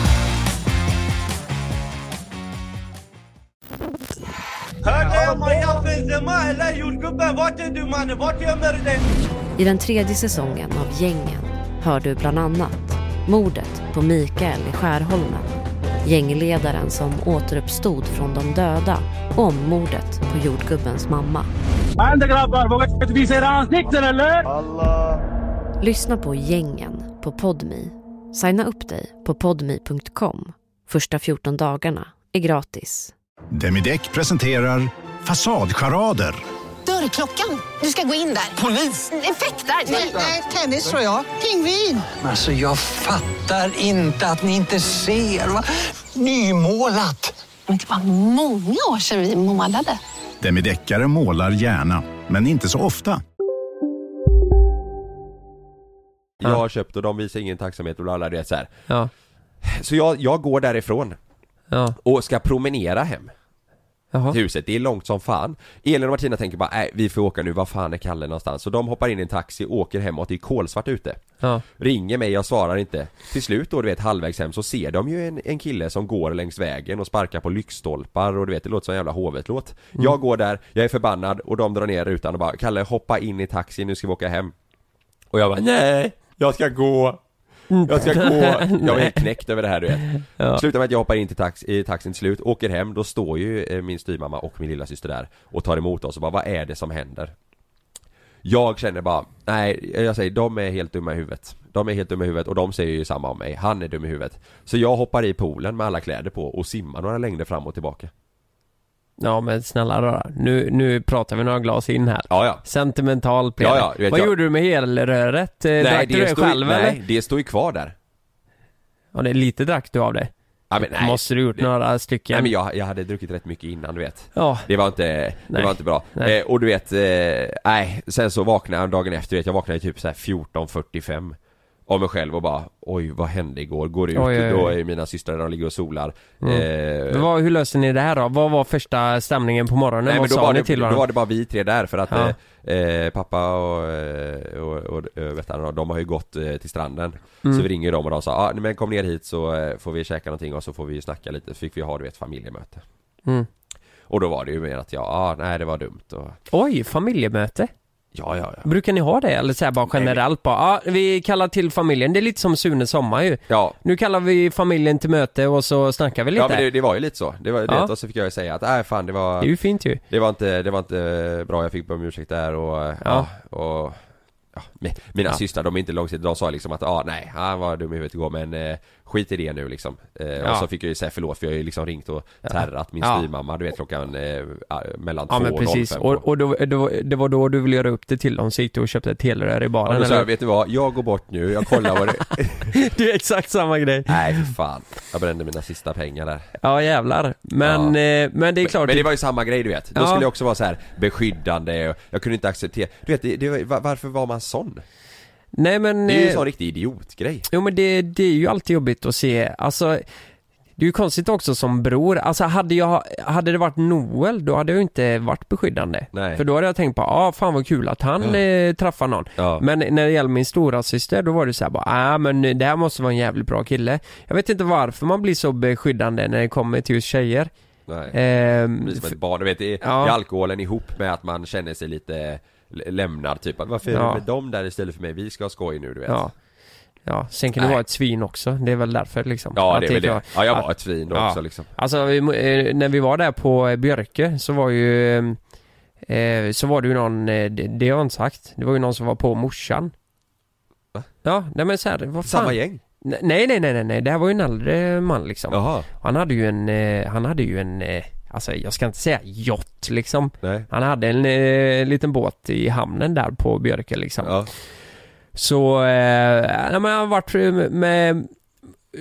I den tredje säsongen av Gängen hör du bland annat mordet på Mikael i Skärholmen, gängledaren som återuppstod från de döda och om mordet på jordgubbens mamma. Lyssna på Gängen på Podmi. Signa upp dig på podmi.com. Första 14 dagarna är gratis.
Demideck presenterar
Fasadcharader.
Dörrklockan. Du ska gå in där. Polis? Effektar? Nej, tennis tror jag. Pingvin.
Alltså jag fattar inte att ni inte ser. Va? Nymålat.
Men det var många år sedan vi målade.
Demideckare målar gärna, men inte så ofta.
Jag har köpt och de visar ingen tacksamhet och alla det så här.
Ja.
Så jag, jag går därifrån
Ja.
och ska promenera hem
Jaha.
till huset, det är långt som fan Elin och Martina tänker bara, nej vi får åka nu, vad fan är Kalle någonstans? Så de hoppar in i en taxi, åker hemåt, det är kolsvart ute
Ja.
Ringer mig, jag svarar inte Till slut då du vet halvvägs hem så ser de ju en, en kille som går längs vägen och sparkar på lyktstolpar och du vet det låter som en jävla hovet-låt
Mm.
Jag går där, jag är förbannad och de drar ner rutan och bara Kalle hoppa in i taxi, nu ska vi åka hem Och jag bara nej, jag ska gå Jag ska gå, jag var helt knäckt över det här du vet
Ja.
Slutar med att jag hoppar in till tax, i taxin till slut, åker hem, då står ju eh, min styvmamma och min lilla syster där och tar emot oss och bara vad är det som händer? Jag känner bara, nej jag säger de är helt dumma i huvudet De är helt dumma i huvudet och de säger ju samma om mig, han är dum i huvudet Så jag hoppar i poolen med alla kläder på och simmar några längder fram och tillbaka
Ja men snälla röra, nu, nu pratar vi några glas in här.
Ja, ja.
Sentimental Peder.
Ja, ja, du vet,
Vad
jag-
gjorde du med helröret? Eh, drack du det
står,
själv
nej,
eller?
det står ju kvar där
Ja, det är lite drack du av det.
Ja, men nej.
Måste du gjort
Det-
några stycken?
Nej men jag, jag hade druckit rätt mycket innan du vet
Ja.
Det var inte, det
Nej.
var inte bra.
Nej.
Eh, och du vet, eh, nej, sen så vaknade jag dagen efter, du vet, jag vaknade typ så här 14.45 av mig själv och bara oj vad hände igår? Går ut,
Oj, oj, oj.
då är mina systrar de ligger och solar eh,
Men vad, hur löste ni det här då? Vad var första stämningen på morgonen?
Nej
Vad
men då
sa
var,
ni
det,
till
då
varandra?
var det bara vi tre där för att
Ja.
eh, eh, pappa och, eh, och, och, och vet han, de har ju gått eh, till stranden
Mm.
Så vi ringer dem och de sa ah, nej, men kom ner hit så eh, får vi käka någonting och så får vi ju snacka lite, så fick vi ha du vet familjemöte
Mm.
Och då var det ju mer att jag, ah, nej det var dumt och
Oj, familjemöte?
ja ja ja
Brukar ni ha det? Eller så här bara generellt bara, ja vi kallar till familjen. Det är lite som Sunes sommar ju.
Ja.
Nu kallar vi familjen till möte och så snackar vi lite.
Ja men det, det var ju lite så, det var ju
Ja.
det och så fick jag ju säga att nej fan det var
Det är ju fint ju.
Det var inte, det var inte bra, jag fick be om ursäkt där och, eh, ja,
Ja.
och ja, mi- mina
Ja.
systrar de är inte långsiktiga, de sa liksom att ah, nej, han var dum i huvudet igår men eh, skit i det nu liksom eh,
Ja.
Och så fick jag ju säga förlåt för jag har ju liksom ringt och terrat min
Ja.
styvmamma du vet klockan eh, ah, mellan
Ja
två
men precis,
och 05
och, och då, då, det var då du ville göra upp det till dem så gick du och köpte ett helrör i
Ja,
baren
då sa jag,
eller?
vet du vad, jag går bort nu, jag kollar vad det...
det är exakt samma grej
Nej för fan, jag brände mina sista pengar där
Ja jävlar, men, eh, men det är klart
Men det var ju samma grej du vet, då
Ja.
skulle jag också vara så här beskyddande och jag kunde inte acceptera Du vet, det, det, var- varför var man sån?
Nej men
Det är ju en
eh,
sån riktig idiotgrej
Jo men det, det är ju alltid jobbigt att se, alltså Det är ju konstigt också som bror, alltså hade jag, hade det varit Noel då hade jag ju inte varit beskyddande
Nej.
För då hade jag tänkt på, ah fan vad kul att han
Ja.
eh, träffar någon
Ja.
Men när det gäller min stora syster då var det så här bara, ah men det här måste vara en jävligt bra kille Jag vet inte varför man blir så beskyddande när det kommer till just tjejer
Nej.
Ehm,
Det blir som
för-
ett barn, du vet, det är,
Ja.
det är alkoholen ihop med att man känner sig lite l- lämnad typ att varför är
Ja.
det med dem där istället för mig? Vi ska ha skoj nu du vet
Ja. Ja, sen kan du
Nej.
vara ett svin också. Det är väl därför liksom.
Ja,
Att
det är väl det.
klart-
Ja, jag
att-
var ett svin då
Ja.
också liksom
Alltså, vi, eh, när vi var där på eh, Björke så var ju... Eh, så var det ju någon, eh, det, det har jag inte sagt, det var ju någon som var på morsan.
Va?
Ja, nej men så här, vad fan.
Samma gäng?
Nej, nej, nej, nej, nej, det här var ju en äldre man liksom.
Jaha.
Han hade ju en, eh, han hade ju en, eh, alltså jag ska inte säga yacht liksom.
Nej.
Han hade en eh, liten båt i hamnen där på Björke liksom. Så, eh, nej, men jag har varit med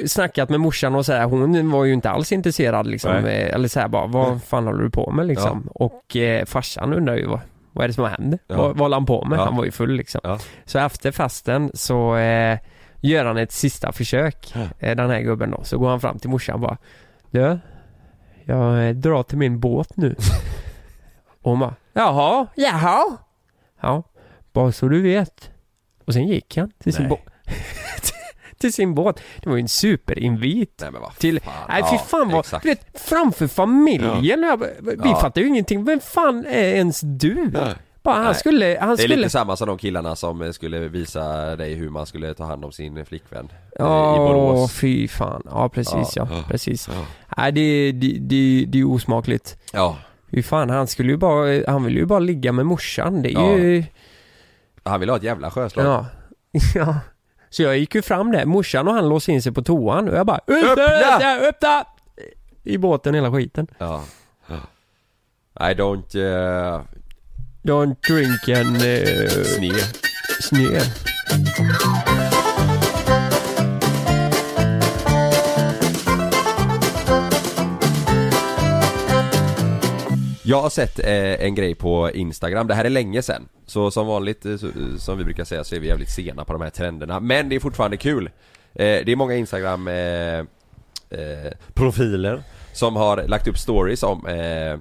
snackat med morsan och sådär, hon var ju inte alls intresserad liksom,
Nej.
eh, eller såhär bara, vad fan håller du på med liksom? Och eh, farsan undrar ju vad, vad är det som händer?
Ja.
Vad, vad håller han på med?
Ja.
Han var ju full liksom. Så efter festen så eh, gör han ett sista försök, eh, den här gubben då. Så går han fram till morsan och bara, du, jag eh, drar till min båt nu. och hon bara, jaha, jaha. Ja, bara så du vet. Och sen gick han till sin
Nej.
båt. till sin båt. Det var ju en superinvit.
Nej men vad
till, Nej fy
Ja,
fan vad,
exakt.
du vet, framför familjen.
Ja.
Jag, bara, vi
Ja.
fattar ju ingenting. Vem fan är ens du? Bara, han
Nej.
skulle, han
det är
skulle...
lite samma som de killarna som eh, skulle visa dig hur man skulle ta hand om sin flickvän eh, i
Ja,
Borås
fy fan. Ja, precis ja.
Ja.
Precis. Nej, det, det, det, det är osmakligt.
Ja.
Fy fan, han skulle ju bara, han ville ju bara ligga med morsan. Det är
Ja.
ju...
Han vill ha ett jävla sjöslag
Ja. ja. Så jag gick ju fram där, morsan och han låste in sig på toan och jag bara
Öppna!
Öppna! Öppna! I båten hela skiten.
Ja. I don't... Uh...
Don't drink and... Uh...
Sneer.
Sneer.
Jag har sett eh, en grej på Instagram, det här är länge sen Så som vanligt, eh, så, eh, som vi brukar säga, så är vi jävligt sena på de här trenderna Men det är fortfarande kul eh, Det är många Instagram eh, eh, profiler som har lagt upp stories om, eh,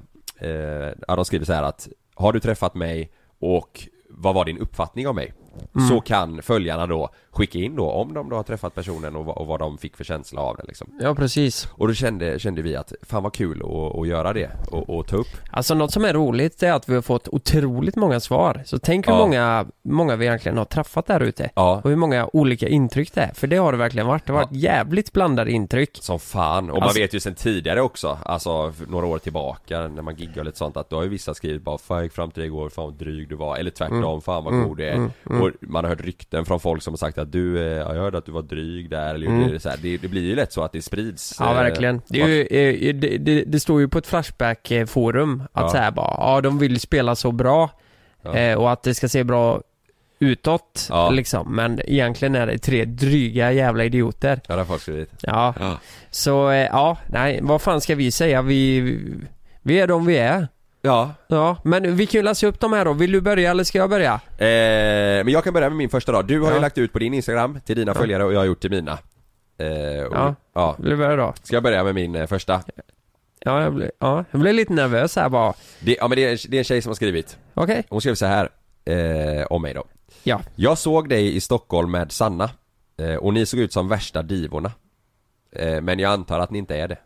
eh, ja, de skriver så här att Har du träffat mig och vad var din uppfattning om mig?
Mm.
Så kan följarna då skicka in då om de då har träffat personen och, vad- och vad de fick för känsla av det liksom
Ja, precis.
Och då kände, kände vi att fan vad kul att, att göra det och, och ta upp
Alltså något som är roligt är att vi har fått otroligt många svar. Så tänk hur
Ja.
många, många vi egentligen har träffat där ute. Och hur många olika intryck det är. För det har det verkligen varit. Det har varit jävligt blandade intryck.
Som fan, och man
Alltså-
vet ju sen tidigare också, alltså för några år tillbaka när man giggar och lite sånt att då har ju vissa skrivit bara 'Fan jag gick fram till dig igår, fan vad dryg du var' eller tvärtom,
Mm.
'Fan vad
Mm.
god du är'
Mm. Mm.
och man har hört rykten från folk som har sagt att du, eh, ja, jag hörde att du var dryg där eller gjorde
Mm.
det, så här. Det, det blir ju lätt så att det sprids
Ja
eh,
verkligen. Det, är ju, eh, det, det, det står ju på ett Flashback-forum att
Ja.
så här bara, ja de vill spela så bra
Ja.
eh, och att det ska se bra utåt liksom. Men egentligen är det tre dryga jävla idioter.
Ja det har folk skrivit.
Ja. Så eh, ja, nej vad fan ska vi säga? Vi, vi är de vi är.
Ja.
Ja, men vi kan ju läsa upp de här då. Vill du börja eller ska jag börja?
Eh, men jag kan börja med min första dag. Du har
Ja.
ju lagt ut på din Instagram till dina
Ja.
följare och jag har gjort till mina. Eh, och,
Ja.
ja.
Vill du börja då?
Ska jag börja med min eh, första?
Ja, jag blev, ja, jag blev lite nervös här bara.
Det, ja men det är, det är en tjej som har skrivit.
Okej.
Hon skrev så här eh, om mig då.
Ja.
Jag såg dig i Stockholm med Sanna. Eh, och ni såg ut som värsta divorna. Eh, men jag antar att ni inte är det.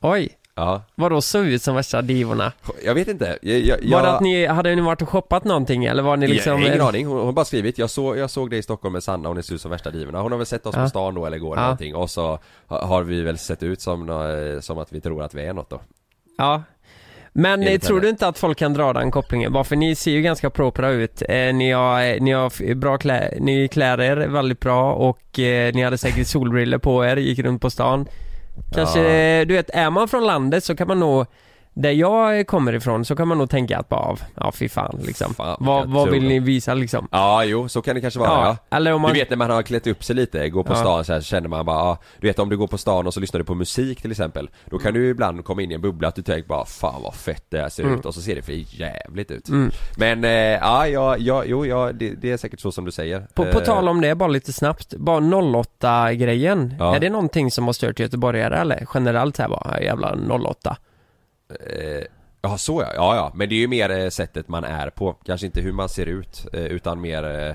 Oj.
Ja.
Vadå såg ut som värsta divorna?
Jag vet inte. Jag, jag,
Var det
jag-
att ni, hade ni varit och shoppat någonting eller var ni liksom...
jag, ingen aning, hon hon har bara skrivit jag, så, jag såg dig i Stockholm med Sanna och ni ser ut som värsta divorna Hon har väl sett oss
Ja.
på stan då eller går
Ja.
eller någonting och så ha- har vi väl sett ut som, nå- som att vi tror att vi är något då
Ja. Men
Enligt
eh, tror
henne.
du inte att folk kan dra den kopplingen? Bara för ni ser ju ganska propra ut. Eh, ni har, eh, ni har f- bra klä, ni klär er väldigt bra och eh, ni hade säkert solbriller på er, gick runt på stan. Kanske,
Ja.
eh, du vet, är man från landet så kan man nog där jag eh, kommer ifrån så kan man nog tänka att bara, ja fy fan liksom. vad
jag
vad
tror
vill
det.
ni visa liksom?
Ja jo, så kan det kanske vara
Ja,
ja,
eller om man-
Du vet när man har klätt upp sig lite, går på
Ja.
stan så här så känner man bara ah, Du vet om du går på stan och så lyssnar du på musik till exempel Då kan du ju ibland komma in i en bubbla att du tänker bara fan vad fett det här ser
Mm.
ut och så ser det för jävligt ut
Mm.
Men eh, ja, ja, ja, jo, ja det, det är säkert så som du säger
På, på
Eh,
tal om det, bara lite snabbt. Bara 08-grejen.
Ja.
Är det någonting som har stört göteborgare eller? Generellt här bara, jävla 08.
Eh, Ja så ja, ja ja, men det är ju mer eh, sättet man är på, kanske inte hur man ser ut eh, utan mer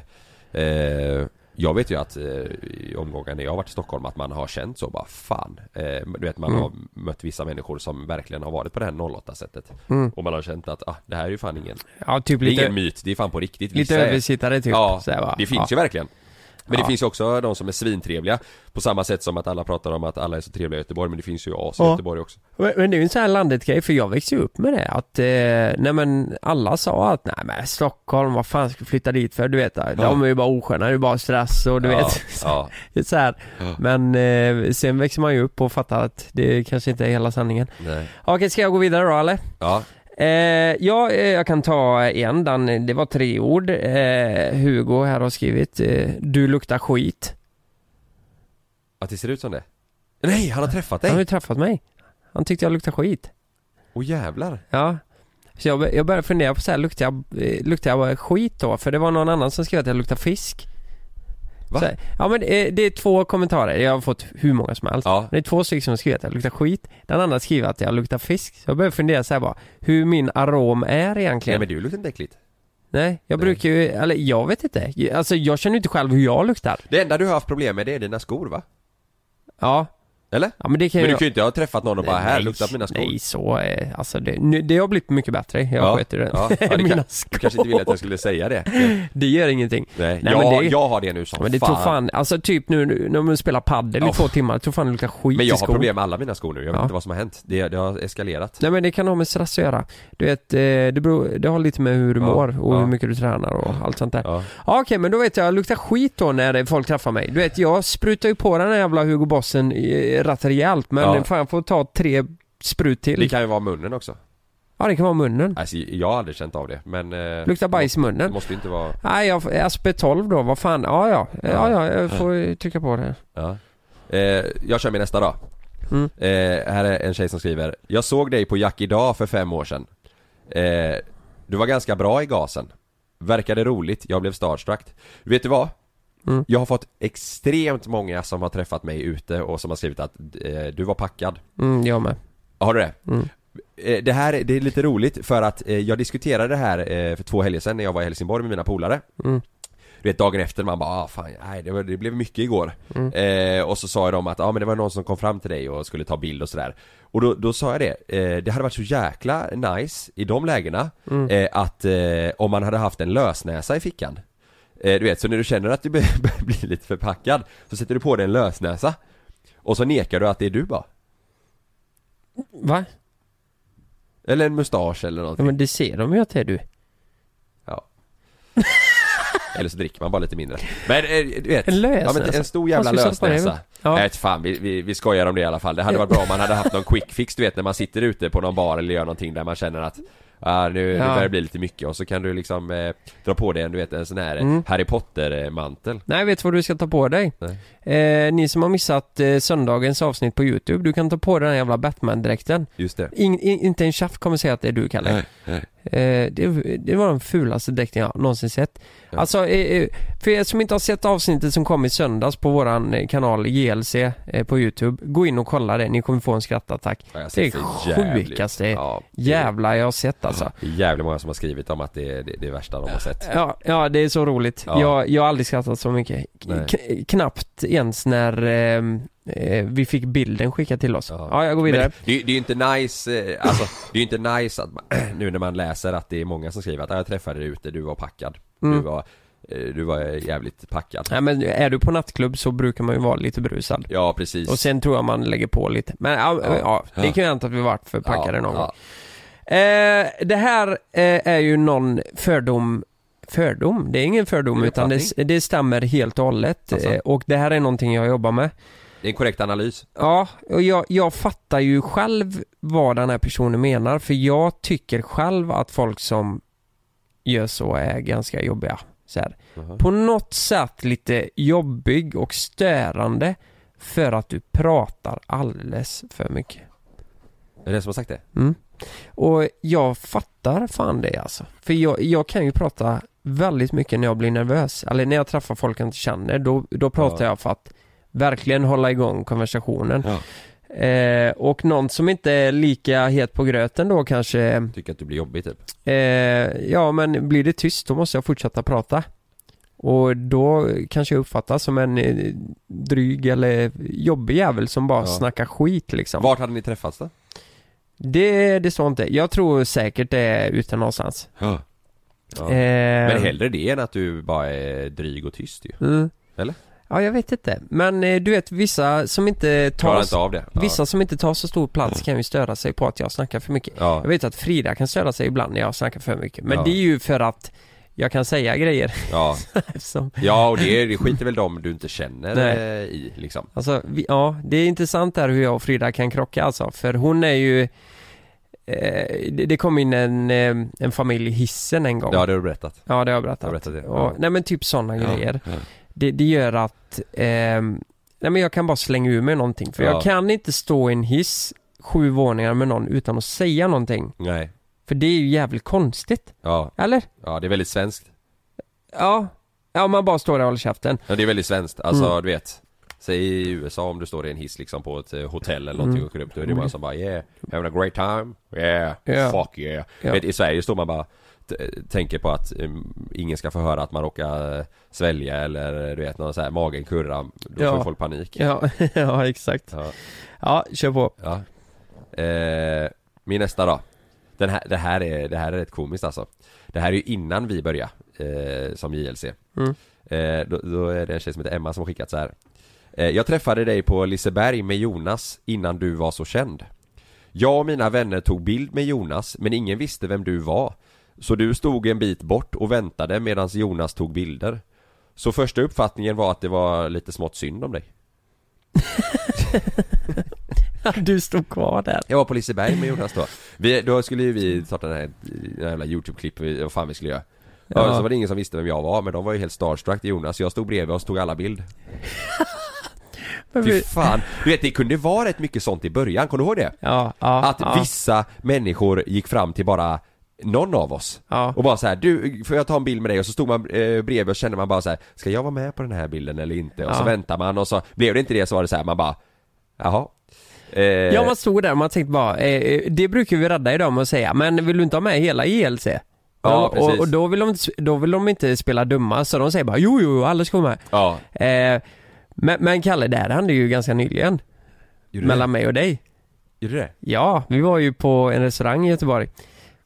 eh, eh, Jag vet ju att eh, i omgången när jag har varit i Stockholm att man har känt så bara fan eh, Du vet man
Mm.
har mött vissa människor som verkligen har varit på det här 08 sättet
Mm.
Och man har känt att ah, det här är ju fan ingen
Ja, typ
det är
lite-
ingen myt, det är fan på riktigt
lite
Vissa är-
översittare typ,
Ja,
så här, va?
det finns
Ja.
ju verkligen men
Ja.
det finns ju också de som är svintrevliga På samma sätt som att alla pratar om att alla är så trevliga i Göteborg Men det finns ju as i
Ja.
Göteborg också
Men, men det är ju en sån här landet-grej, för jag växte ju upp med det att, eh, nej men alla sa att nej men Stockholm, vad fan ska vi flytta dit för? Du vet, de är ju bara osköna, det är bara stress och du
Ja,
vet
ja.
så här.
Ja.
Men eh, sen växer man ju upp och fattar att det kanske inte är hela sanningen
Nej.
Okej, ska jag gå vidare då eller?
Ja,
Eh, ja, eh, jag kan ta en, den, det var tre ord eh, Hugo här har skrivit, eh, du luktar skit
att det ser ut som det Nej, han har träffat dig!
Han har ju träffat mig Han tyckte jag luktade skit
Åh jävlar!
Ja. Så jag, jag började fundera på så här, luktar jag, eh, luktar jag bara skit då? För det var någon annan som skrev att jag luktar fisk.
Va?
Så här, ja men eh, det är två kommentarer, jag har fått hur många som helst. Det är två stycken som skriver att jag luktar skit, den andra skriver att jag luktar fisk. Så jag började fundera så här bara, hur min arom är
Nej
egentligen.
men du luktar inte äckligt
Nej, jag brukar ju, eller jag vet inte. Alltså jag känner ju inte själv hur jag luktar.
Det enda du har haft problem med det är dina skor va?
Ja.
Eller?
Ja men det kan
men
ju
du kan ju inte ha träffat någon och bara här,
Nej,
lukta på mina skor
Nej så, eh, alltså det, nu, det har blivit mycket bättre, jag
Ja,
sköter det.
ja, ja, det kan-
mina
du
skor.
kanske inte ville att jag skulle säga det.
det gör ingenting.
Nej, jag- jag har det nu som
Men det
fan.
tog fan, alltså typ nu, nu när man spelar padel i
Ja.
två timmar, jag tror fan det luktar skit
Men
i
jag har
skor.
problem med alla mina skor nu, jag vet
Ja.
inte vad som har hänt Det, det har eskalerat
Nej men det kan ha med stress att göra. Du vet, eh, det, beror, det har lite med hur du
Ja,
mår och
ja.
hur mycket du tränar och allt sånt där.
Ja.
Ja, Okej men då vet jag, jag luktar skit då när det- folk träffar mig. Du vet jag sprutar ju på den här jävla Hugo Bossen eh, rätt rejält men
Ja.
fan jag får ta tre sprut till.
Det kan ju vara munnen också
Ja, det kan vara munnen.
Alltså, jag har aldrig känt av det men... eh,
Luktar bajs i munnen.
Det måste ju inte vara...
Nej, jag, Aspe 12 då, vad fan. Ja, ja. Ja, ja, jag får ju trycka på det.
Ja. Eh, jag kör min nästa då.
Mm.
Eh, här är en tjej som skriver. Jag såg dig på Jack idag för fem år sedan. Eh, du var ganska bra i gasen. Verkade roligt, jag blev starstruck. Vet du vad?
Mm.
Jag har fått extremt många som har träffat mig ute och som har skrivit att eh, du var packad.
Mm, jag med.
Har du det?
Mm.
Eh, Det här det är lite roligt för att eh, jag diskuterade det här eh, för två helger sedan när jag var i Helsingborg med mina polare
Mm.
Du vet dagen efter man bara ah, fan, nej, det, var, det blev mycket igår
Mm.
eh, Och så sa de att ah, men det var någon som kom fram till dig och skulle ta bild och sådär Och då, då sa jag det, eh, det hade varit så jäkla nice i de lägena
Mm.
eh, Att eh, om man hade haft en lösnäsa i fickan eh, Du vet, så när du känner att du be- börjar bli lite förpackad Så sätter du på dig en lösnäsa Och så nekar du att det är du bara
Va?
Eller en mustasch eller någonting
Ja, men det ser de ju att det är du.
Ja Eller så dricker man bara lite mindre Men eh, du vet
En lösnäsa.
ja, men En stor jävla
Vad ska vi sätta på det?
lösnäsa
Ja.
Nej fan, vi, vi, vi skojar om det i alla fall Det hade varit bra om man hade haft någon quick fix du vet när man sitter ute på någon bar eller gör någonting där man känner att ah, nu, nu
Ja.
börjar det bli lite mycket och så kan du liksom eh, dra på dig en, du vet, en sån här eh,
Mm.
Harry Potter-mantel
Nej, vet du vad du ska ta på dig? Eh, ni som har missat eh, söndagens avsnitt på YouTube, du kan ta på dig den här jävla Batman-dräkten.
Just det
In, in, inte en tjaft kommer säga att det är du, Kalle.
Nej, nej.
Eh, det, det var den fulaste dräkten jag någonsin sett. Alltså, eh, eh, för er som inte har sett avsnittet som kom i söndags på våran eh, kanal JLC eh, på YouTube, gå in och kolla det. Ni kommer få en skrattattack.
Ja, jag
det
ser
är
för jävligt.
sjukaste jävla jag har sett alltså.
Det är jävligt många som har skrivit om att det är det, det är värsta de har sett
Ja, ja, det är så roligt.
Ja.
Jag, jag har aldrig skrattat så mycket.
Nej.
K- knappt ens när ehm, eh, vi fick bilden skickad till oss. Ja, jag går vidare.
Men det, det är ju inte nice, eh, alltså, det är ju inte nice att man, nu när man läser att det är många som skriver att "Ah, jag träffade dig ute, du var packad. Du
Mm.
var, eh, du var jävligt packad.
Nej, men är du på nattklubb så brukar man ju vara lite brusad.
Ja precis.
Och sen tror jag man lägger på lite. Men ja,
Ja.
ja. det kan ju hända att vi varit för packade
Ja,
någon
ja.
gång. Eh, det här eh, är ju någon fördom Fördom? Det är ingen fördom
Det är
utan det,
uppfattning.
det stämmer helt och hållet.
Alltså.
Eh, och det här är någonting jag jobbar med.
Det är en korrekt analys.
Ja, och jag, jag fattar ju själv vad den här personen menar för jag tycker själv att folk som gör så är ganska jobbiga. Så här. På något sätt lite jobbig och störande för att du pratar alldeles för mycket.
Är det den som har sagt det?
Mm. Och jag fattar fan det alltså. För jag, jag kan ju prata väldigt mycket när jag blir nervös. Eller när jag träffar folk jag inte känner, då, då pratar
Ja.
jag för att verkligen hålla igång konversationen.
Ja.
Eh, och någon som inte är lika het på gröten då kanske,
Tycker att du blir jobbig typ.
eh, ja men blir det tyst då måste jag fortsätta prata. Och då kanske jag uppfattas som en eh, dryg eller jobbig jävel som bara
Ja.
snackar skit liksom.
Vart hade ni träffats då?
Det, det står inte. Jag tror säkert det är ute någonstans.
Ja.
Eh,
Men hellre det än att du bara är dryg och tyst ju.
Mm.
Eller?
Ja, jag vet inte. Men eh, du vet, vissa som inte
Klarar
tar,
inte av det. Ja. Mm.
vissa som inte tar så stor plats kan ju störa sig på att jag snackar för mycket.
Ja.
Jag vet att Frida kan störa sig ibland när jag snackar för mycket. Men
Ja.
det är ju för att jag kan säga grejer.
Ja.
som,
ja, och det, det skiter väl de du inte känner
Nej.
eh, i liksom.
Alltså, vi, ja, det är intressant där hur jag och Frida kan krocka alltså. För hon är ju... Eh, det, det kom in en, eh, en familj i hissen en gång.
Ja, det har du berättat.
Ja, det har jag berättat.
Jag har berättat det.
Och,
Ja.
Nej men typ sådana
Ja,
grejer.
ja.
Det, det gör att, ehm, nej men jag kan bara slänga ur mig någonting. För
Ja.
jag kan inte stå i en hiss sju våningar med någon utan att säga någonting.
Nej.
För det är ju jävligt konstigt.
Ja.
Eller?
Ja, det är väldigt svenskt.
Ja. Ja, man bara står där och håller käften.
Ja det är väldigt svenskt, alltså
Mm.
du vet Säg i USA om du står i en hiss liksom på ett eh, hotell eller någonting och går upp Då är det
Mm.
många som bara yeah, having a great time, yeah,
Yeah.
fuck yeah
Ja.
Vet, I Sverige står man bara t- Tänker på att mm, ingen ska få höra att man råkar eh, svälja eller du vet någon så här magen kurra Då
Ja.
får folk panik
Ja, ja exakt.
Ja.
Ja, kör på.
Ja. Eh, min nästa då. Den här, det, här är, det här är rätt komiskt alltså. Det här är ju innan vi började eh, som JLC.
Mm.
Eh, då, då är det en tjej som heter Emma som har skickat så här. Eh, jag träffade dig på Liseberg med Jonas innan du var så känd. Jag och mina vänner tog bild med Jonas men ingen visste vem du var. Så du stod en bit bort och väntade medan Jonas tog bilder. Så första uppfattningen var att det var lite smått synd om dig.
Du stod kvar där.
Jag var på Liseberg med Jonas då. Vi, då skulle ju vi starta den här, den här jävla youtube-klipp, vi- vad fan vi skulle göra. Ja.
Ja.
så var det ingen som visste vem jag var, men de var ju helt starstruck till Jonas, jag stod bredvid och tog alla bild.
Men
Fy
vi-
fan. Du vet det kunde vara rätt mycket sånt i början, kommer du ihåg det?
Ja, ja,
Att
ja.
vissa människor gick fram till bara någon av oss. Och bara så här, du, får jag ta en bild med dig? Och så stod man eh, bredvid och kände man bara så här, ska jag vara med på den här bilden eller inte? Och så
Ja.
väntar man och så blev det inte det så var det så här, man bara, jaha. Eh,
Ja man stod där och man tänkte bara, eh, eh, det brukar vi rädda idag med att säga, men vill du inte ha med hela E ILC?
Ja,
och, och,
precis.
och då, vill de, inte sp- då vill de inte spela dumma, så de säger bara jo, jo, jo, alla ska vara
med.
Eh, men, men Kalle, det här hände ju ganska nyligen.
Gjorde
mellan
det?
mig och dig.
Gjorde det?
Ja, vi var ju på en restaurang i Göteborg.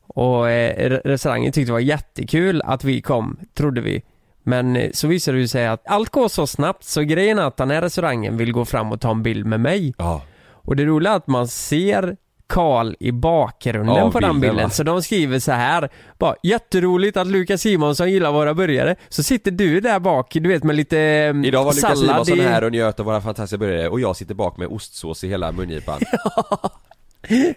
Och eh, re- restaurangen tyckte det var jättekul att vi kom, trodde vi. Men eh, så visade det sig att allt går så snabbt så grejen är att den här restaurangen vill gå fram och ta en bild med mig. Och det roliga är att man ser Karl i bakgrunden
Ja,
på den
bilden,
bilden.
va?
Så de skriver så här bara, Jätteroligt att Lukas Simonsson gillar våra burgare. Så sitter du där bak, du vet med lite eh,
Idag var Lukas
sallad
Simonsson
i-
här och njöt av våra fantastiska burgare och jag sitter bak med ostsås i hela mungipan.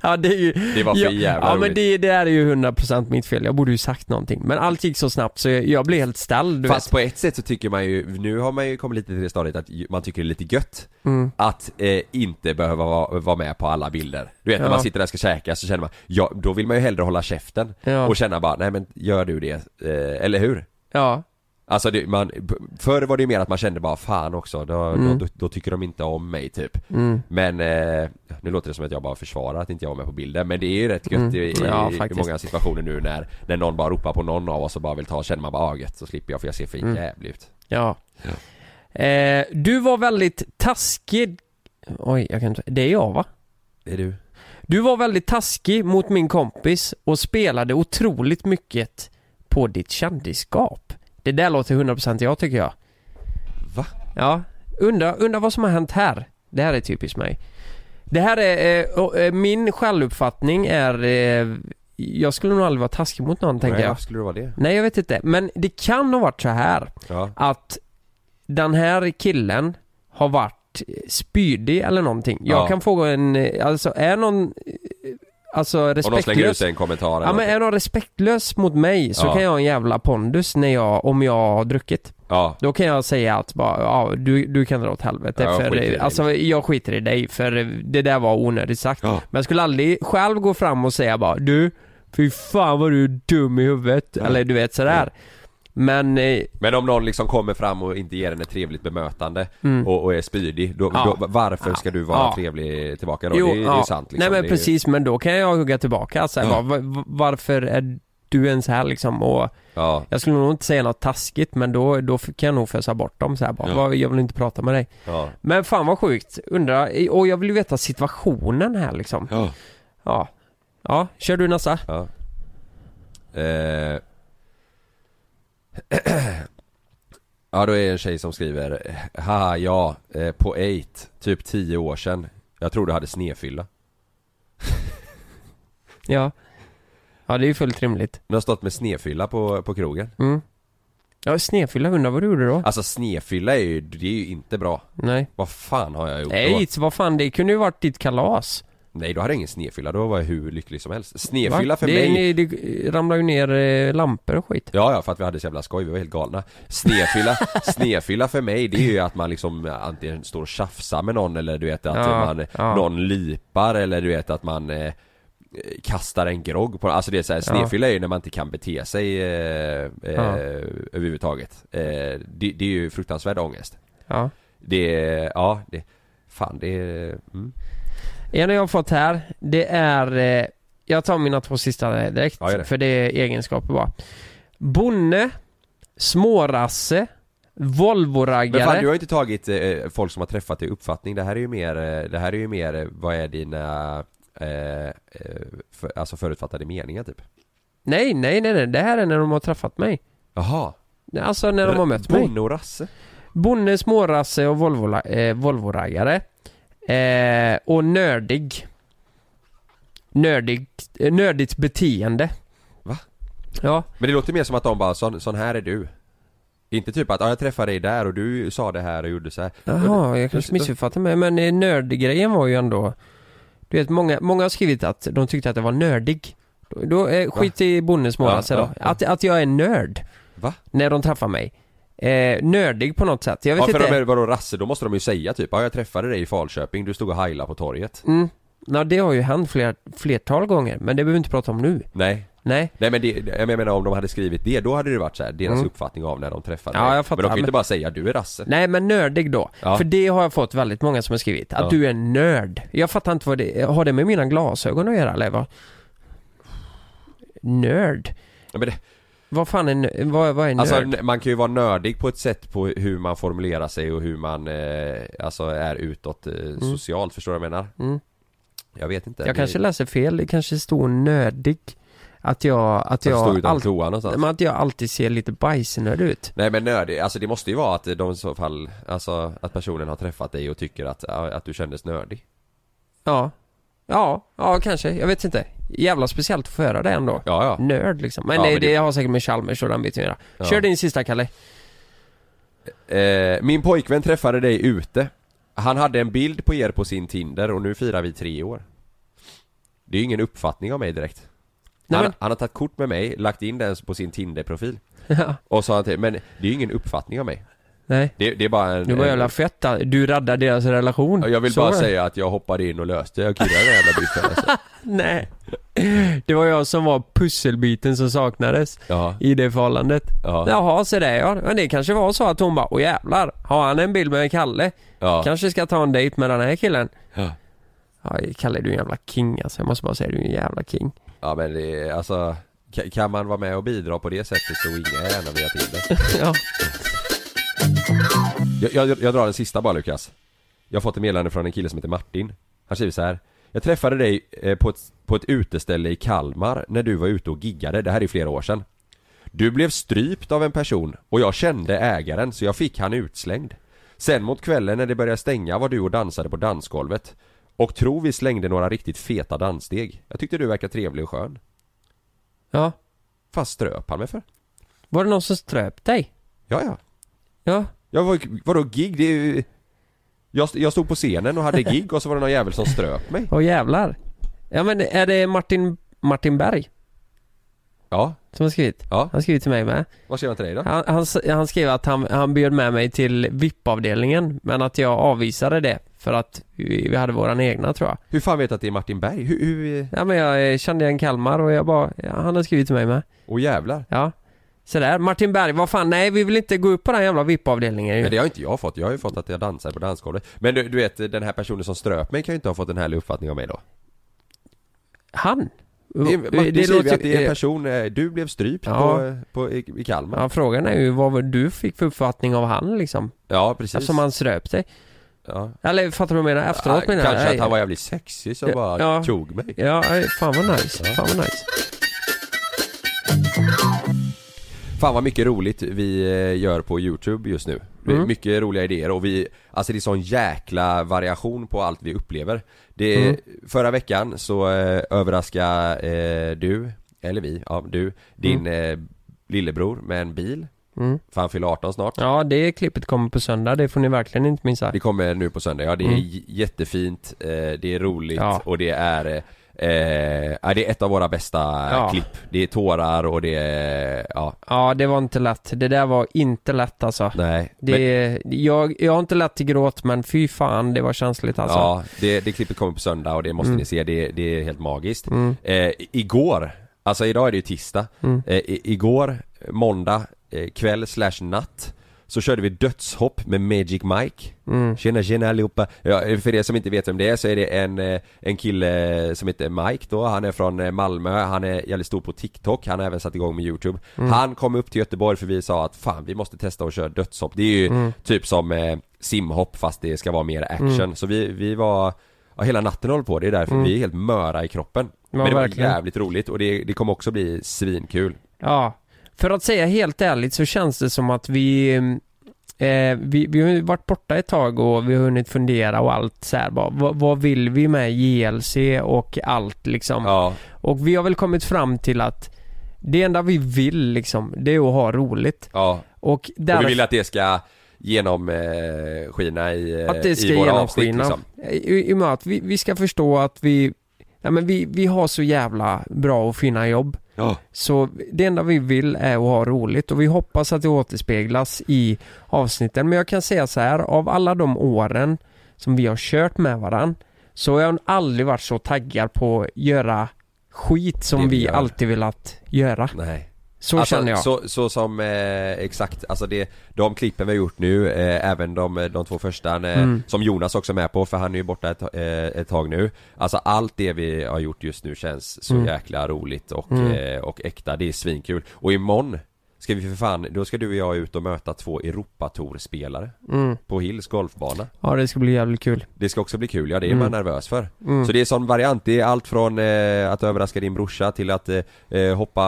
Ja det är ju
Det var för
ja,
jävla
Ja men
roligt.
det, det är ju 100% mitt fel, jag borde ju sagt någonting Men allt gick så snabbt så jag, jag blev helt ställd du
Fast
vet.
på ett sätt så tycker man ju, nu har man ju kommit lite till det stadiet att ju- man tycker det är lite gött
Mm.
att eh, inte behöva vara, vara med på alla bilder. Du vet när
Ja.
man sitter där och ska käka så känner man, ja, då vill man ju hellre hålla käften
Ja.
och känna bara, nej men gör du det, eh, eller hur?
Ja
Alltså det, man, p- förr var det ju mer att man kände bara fan också, då,
Mm.
då, då, då tycker de inte om mig typ.
Mm.
Men eh, nu låter det som att jag bara försvarar att inte jag var med på bilden, men det är ju rätt gött
Mm.
i, i,
Ja,
i
faktiskt.
många situationer nu när, när någon bara ropar på någon av oss och bara vill ta, känner man bara ah, gött, så slipper jag för jag ser för
Mm.
jävlig ut.
Ja eh, Du var väldigt taskig Oj, jag kan inte, det är jag va?
Det är du.
Du var väldigt taskig mot min kompis och spelade otroligt mycket på ditt kändisskap Det där låter 100% jag tycker jag
Va?
Ja, undra, undra vad som har hänt här Det här är typiskt mig Det här är, eh, och, eh, min självuppfattning är eh, Jag skulle nog aldrig vara taskig mot någon tänker
Nej,
jag
varför skulle det vara det?
Nej jag vet inte, men det kan ha varit så här
Ja.
Att den här killen har varit eh, spydig eller någonting Jag
Ja.
kan få en, eh, alltså är någon eh, Alltså
Om någon slänger ut
respektlös
sig en kommentar eller
Ja men
något.
är någon respektlös mot mig så
Ja.
kan jag ha en jävla pondus när jag, om jag har druckit
Ja.
Då kan jag säga att bara, ja, du, du kan dra åt helvete
Ja, jag skiter i dig.
för, alltså jag skiter i dig för det där var onödigt sagt Men jag skulle aldrig själv gå fram och säga bara, du, fy fan vad du är dum i huvudet, eller du vet sådär Men, eh,
Men om någon liksom kommer fram och inte ger en ett trevligt bemötande
Mm.
och, och är spydig, då,
Ja.
då, varför ska du vara
Ja.
trevlig tillbaka då? det, är- det är
ja.
ju sant liksom.
Nej men
det är, ju-
precis, men då kan jag hugga tillbaka alltså,
Ja.
bara, va- va- varför är du ens här liksom? Och
Ja.
Jag skulle nog inte säga något taskigt men då, då kan jag nog fösa bort dem så här bara,
Ja.
"Vad, jag vill inte prata med dig.
Ja.
Men fan vad sjukt, undrar, och jag vill ju veta situationen här liksom.
Ja.
Ja, ja kör du nästa.
Ja. Eh. ja, då är det en tjej som skriver Haha, ja, eh, på 8, typ 10 år sedan Jag tror du hade snefylla
Ja. Ja det är ju fullt rimligt.
Du har stått med snefylla på, på krogen
Mm. Ja snedfylla undrar vad du gjorde då?
Alltså snefylla är ju, det är ju inte bra
Nej.
Vad fan har jag gjort då?
Nej, så vad fan det kunde ju varit ditt kalas.
Nej, då hade jag ingen snefylla, då var jag hur lycklig som helst Snefylla
Va?
för
det,
mig
ni- Det ramlar ju ner eh, lampor och skit.
Ja, ja, för att vi hade så jävla skoj, vi var helt galna Snefylla, snefylla för mig det är ju att man liksom antingen står och tjafsar med någon eller du vet att
Ja,
man,
ja.
någon lipar eller du vet att man eh, kastar en grogg på Alltså det är så här,
Ja.
snefylla är ju när man inte kan bete sig eh, eh,
Ja.
överhuvudtaget eh, det, det är ju fruktansvärd ångest
Ja.
Det, är- ja, det, fan det, är- mm.
En jag har fått här, det är, eh, jag tar mina två sista direkt,
Ja, gör det.
för det är egenskaper bara. Bonne, smårasse,
Men fan du har ju
volvoraggare.
inte tagit eh, folk som har träffat dig i uppfattning, det här är ju mer, eh, det här är ju mer, eh, vad är dina eh, eh, för, alltså förutfattade meningar typ?
Nej, nej, nej, nej, det här är när de har träffat mig.
Jaha?
Nej, Alltså när de har mött mig.
Bonne och Rasse?
Bonne, smårasse och volvo, eh, volvoraggare. Eh, och nördig. Nördig, eh, nördigt beteende.
Va?
Ja.
Men det låter mer som att de bara, sån, sån här är du Inte typ att, ja jag träffade dig där och du sa det här och gjorde så här.
Jaha, jag kanske missuppfattade mig men eh, nördgrejen var ju ändå Du vet, många, många har skrivit att de tyckte att jag var nördig. Då, då eh, skit i bondens målase
Ja,
då.
ja,
Att, att jag är nörd. När de träffar mig. Eh, nördig på något sätt. Jag vet
ja, för
inte.
de är, vadå rasse, då måste de ju säga typ ja, jag träffade dig i Falköping, du stod och heilade på torget.
Mm. Ja, det har ju hänt fler, flertal gånger, men det behöver vi inte prata om nu.
Nej.
Nej.
Nej men det, jag menar om de hade skrivit det, då hade det varit så här, deras
Mm.
uppfattning av när de träffade
Ja,
dig.
jag fattar,
Men de kan ju
men-
inte bara säga du är rasse.
Nej, men nördig då.
Ja.
För det har jag fått väldigt många som har skrivit. Att
Ja.
du är en nörd. Jag fattar inte vad det Har det med mina glasögon att göra eller vad? Nörd.
Ja, men det,
Vad fan är, nö- vad, vad är Mm. nörd?
Alltså n- man kan ju vara nördig på ett sätt på hur man formulerar sig och hur man eh, alltså är utåt eh, socialt, förstår du vad jag menar?
Mm.
Jag vet inte.
jag
Det-
kanske läser fel. Det kanske står nördig. Att jag, att
Det står
jag,
utan
allt-
toa någonstans.
men att jag alltid ser lite bajsnörd ut.
Nej men nördig, alltså det måste ju vara att de i så fall, alltså att personen har träffat dig och tycker att, att du kändes nördig.
Ja. Ja, ja kanske. Jag vet inte. Jävla speciellt att få höra det ändå.
Ja, ja.
Nörd liksom. Men,
Ja,
det,
men
det...
det-
har säkert med Chalmers och den biten att göra.
Ja.
Kör din sista Kalle.
Eh, min pojkvän träffade dig ute. Han hade en bild på er på sin Tinder och nu firar vi tre år. Det är ju ingen uppfattning av mig direkt.
Nej,
han,
men-
han har tagit kort med mig, lagt in den på sin Tinder-profil.
Ja.
Och sa han till men det är ju ingen uppfattning av mig.
Nej.
Det, det är bara en...
Du var jävla fett där. Du räddar deras relation.
en jag vill
Så
bara
var det.
säga att jag hoppade in och löste, jag killar den här jävla biffen alltså.
Nej. Det var jag som var pusselbiten som saknades
Ja.
i det förhållandet.
Ja.
Jaha, så det ja. Men det kanske var så att hon bara, åh jävlar, har han en bild med Kalle?
Ja.
Kanske ska ta en dejt med den här killen.
Ja.
Ja, Kalle du är en jävla king alltså. Jag måste bara säga, du är en jävla king.
Ja men det, är- alltså, ka- kan man vara med och bidra på det sättet så inga är gärna via Tinder.
Ja.
Jag, jag, jag drar den sista bara Lukas. Jag har fått ett meddelande från en kille som heter Martin. Han skriver så här. Jag träffade dig eh, på ett, på ett uteställe i Kalmar när du var ute och giggade, det här är flera år sedan. Du blev strypt av en person och jag kände ägaren så jag fick han utslängd. Sen mot kvällen när det började stänga var du och dansade på dansgolvet. Och tro vi slängde några riktigt feta danssteg. Jag tyckte du verkade trevlig och skön.
Ja.
Fast ströp han mig för?
Var det någon som ströp dig?
Ja, ja.
Ja.
Jag var, vadå gig? Det, är ju- jag, jag stod på scenen och hade gig och så var det någon jävel som ströp mig.
Åh jävlar. Ja men är det Martin, Martin Berg?
Ja.
Som har skrivit?
Ja. Han
har skrivit till mig med.
Vad säger han till dig då?
Han, han, s- han skrev att han, han bjöd med mig till VIP-avdelningen men att jag avvisade det för att vi, vi hade våran egna tror jag.
Hur fan vet du att det är Martin Berg? Hur, hur...
Ja men jag eh, kände igen Kalmar och jag bara, ja, han har skrivit till mig med.
Åh jävlar.
Ja. Så där, Martin Berg, vad fan, nej vi vill inte gå upp på den jävla VIP-avdelningen
Men
ju.
det har inte jag fått, jag har ju fått att jag dansar på dansgolvet Men du, du vet den här personen som ströp mig kan ju inte ha fått en härlig uppfattning av mig då
Han?
Det, är- Martin
Det
det
låter-
låter att det är en
eh,
person, eh, du blev strypt
Ja.
på, eh, på, i, i Kalmar
Ja, frågan är ju vad du fick för uppfattning av han liksom.
Ja, precis
Eftersom han ströp dig.
ja.
Eller fattar du vad jag menar? Efteråt menar
Ah,
jag.
Kanske
Nej.
att han var jävligt sexig som bara tog mig
Ja, nej, fan vad nice. Fan vad nice.
Fan vad mycket roligt vi eh, gör på Youtube just nu Det är
Mm.
Mycket roliga idéer och vi, alltså det är sån jäkla variation på allt vi upplever det,
Mm.
Förra veckan så eh, överraskade eh, du, eller vi, ja du, din eh, lillebror med en bil
Mm.
För han fyller 18 snart
Ja, det klippet kommer på söndag. Det får ni verkligen inte missa.
Det kommer nu på söndag, ja det är
Mm.
j- jättefint, eh, det är roligt
Ja.
och det är eh, ja, det är ett av våra bästa
Ja.
klipp Det är tårar och det är, ja
Ja, det var inte lätt. Det där var inte lätt alltså.
Nej,
Det, jag, jag har inte lätt till gråt, men fy fan, det var känsligt alltså.
Ja, det, det klippet kommer på söndag och det måste
Mm.
ni se, det, det är helt magiskt.
Mm.
Eh, i- igår, alltså idag är det ju tisdag,
Mm.
eh, i, igår, eh, måndag, eh, kväll slash natt så körde vi dödshopp med Magic Mike
Mm.
Tjena tjena allihopa! Ja, för er som inte vet vem det är så är det en, eh, en kille som heter Mike då, han är från eh, Malmö, han är jävligt stor på TikTok, han har även satt igång med YouTube
Mm.
Han kom upp till Göteborg för vi sa att fan vi måste testa att köra dödshopp, det är ju
Mm.
typ som eh, simhopp fast det ska vara mer action
Mm.
Så vi, vi var, ja, hela natten håller på, det är därför
Mm.
vi är helt möra i kroppen
Ja,
Men det
verkligen. Mm.
var jävligt roligt och det, det kommer också bli svinkul
Ja, för att säga helt ärligt så känns det som att vi eh, vi, vi har ju varit borta ett tag och vi har hunnit fundera och allt så här bara, vad, vad vill vi med JLC och allt liksom. Och vi har väl kommit fram till att det enda vi vill liksom, det är att ha roligt.
Ja,
Och,
och
därför-
vi vill att det ska genomskina eh, skina i, eh,
Att det ska
i våra avsnitt
genomskina.
liksom.
i, i och med att vi, vi ska förstå att vi, ja, men vi, vi har så jävla bra och fina jobb. Så det enda vi vill är att ha roligt och vi hoppas att det återspeglas i avsnitten. Men jag kan säga så här, av alla de åren som vi har kört med varann så har jag aldrig varit så taggad på att göra skit som
Det vi
vi
gör.
alltid velat göra.
Nej.
Så
alltså,
känner jag.
Så, så som, eh, exakt, alltså det, de klippen vi har gjort nu, eh, även de, de två första, eh,
Mm.
som Jonas också är med på för han är ju borta ett, eh, ett tag nu Alltså allt det vi har gjort just nu känns så
Mm.
jäkla roligt och,
Mm.
eh, och äkta, det är svinkul. Och imorgon ska vi för fan, då ska du och jag ut och möta två Europatour-spelare
Mm.
på Hills golfbana
Ja det ska bli jävligt kul.
det ska också bli kul, ja det är
Mm.
man nervös för.
Mm.
Så det är sån variant, det är allt från eh, att överraska din brorsa till att eh, eh, hoppa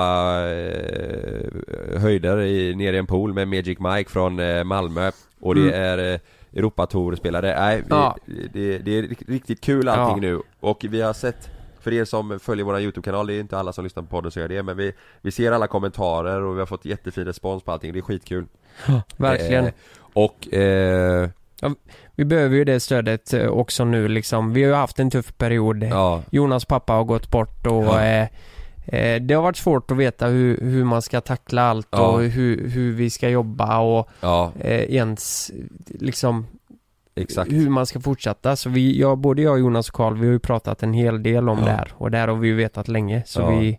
eh, höjder i, ner i en pool med Magic Mike från eh, Malmö och det
Mm.
är eh, Europatour-spelare. Nej, vi,
Ja.
det, det är rikt- riktigt kul allting
Ja.
nu och vi har sett för er som följer vår YouTube-kanal, det är inte alla som lyssnar på podden som gör det men vi, vi ser alla kommentarer och vi har fått jättefin respons på allting, det är skitkul
Ja, verkligen.
Eh, Och eh,
Ja, vi behöver ju det stödet eh, också nu liksom. Vi har ju haft en tuff period. Jonas pappa har gått bort och
Ja.
eh, eh, det har varit svårt att veta hur, hur man ska tackla allt
Ja.
och hur, hur vi ska jobba och
Ja.
eh, ens eh, liksom
Exakt.
hur man ska fortsätta. Så vi, jag, både jag, Jonas och Karl, vi har ju pratat en hel del om
Ja.
det här och det här har vi ju vetat länge. Så
Ja.
vi...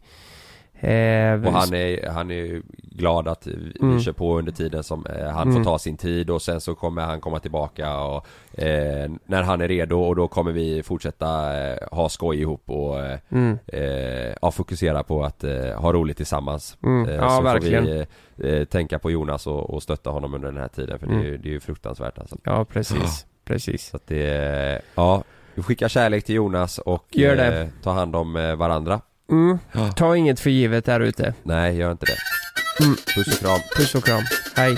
Eh,
Och han är, han är ju glad att vi
Mm.
kör på under tiden som eh, han
Mm.
får ta sin tid och sen så kommer han komma tillbaka och, eh, när han är redo och då kommer vi fortsätta eh, ha skoj ihop och eh,
Mm.
eh, ja, fokusera på att eh, ha roligt tillsammans.
Mm.
Eh,
Ja,
så
verkligen.
får vi eh, eh, tänka på Jonas och, och stötta honom under den här tiden för det, är, ju-
Mm.
det är ju fruktansvärt alltså.
Ja, precis. Precis.
Så att det, är- ja, vi skickar kärlek till Jonas och
Gör det.
Eh, ta hand om eh, varandra.
Mm. Ta inget för givet där ute.
Nej, gör inte det.
Mm.
Puss och kram.
Puss och kram. Hej.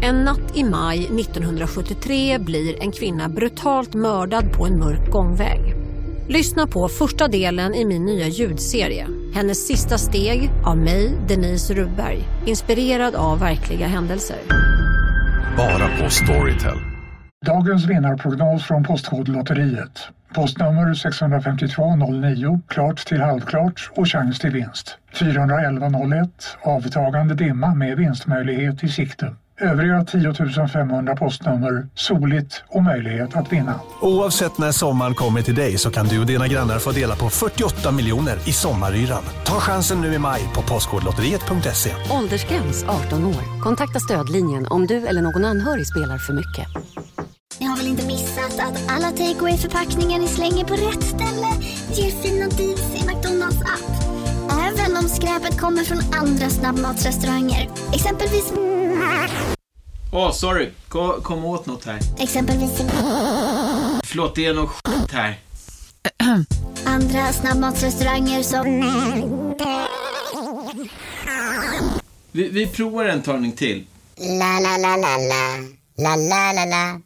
En natt i maj 1973 blir en kvinna brutalt mördad på en mörk gångväg. Lyssna på första delen i min nya ljudserie. Hennes sista steg av mig, Denise Rubberg. Inspirerad av verkliga händelser.
Bara på Storytel.
Dagens vinnarprognos från Postkodlotteriet. Postnummer 65209, klart till halvklart och chans till vinst. 41101, avtagande dimma med vinstmöjlighet i sikte. Övriga 10 500 postnummer, soligt och möjlighet att vinna.
Oavsett när sommaren kommer till dig så kan du och dina grannar få dela på 48 miljoner i sommaryran. Ta chansen nu i maj på Postkodlotteriet.se.
Åldersgräns 18 år. Kontakta stödlinjen om du eller någon anhörig spelar för mycket.
Ni har väl inte missat att alla takeaway förpackningar ni slänger på rätt ställe ger fina deals i McDonalds app. Även om skräpet kommer från andra snabbmatsrestauranger. Exempelvis...
Åh, sorry. Kom, kom åt något här.
Exempelvis...
Förlåt, det är något skit här.
Andra snabbmatsrestauranger som...
Vi, vi provar en talning till.
La la la la la. La la la la.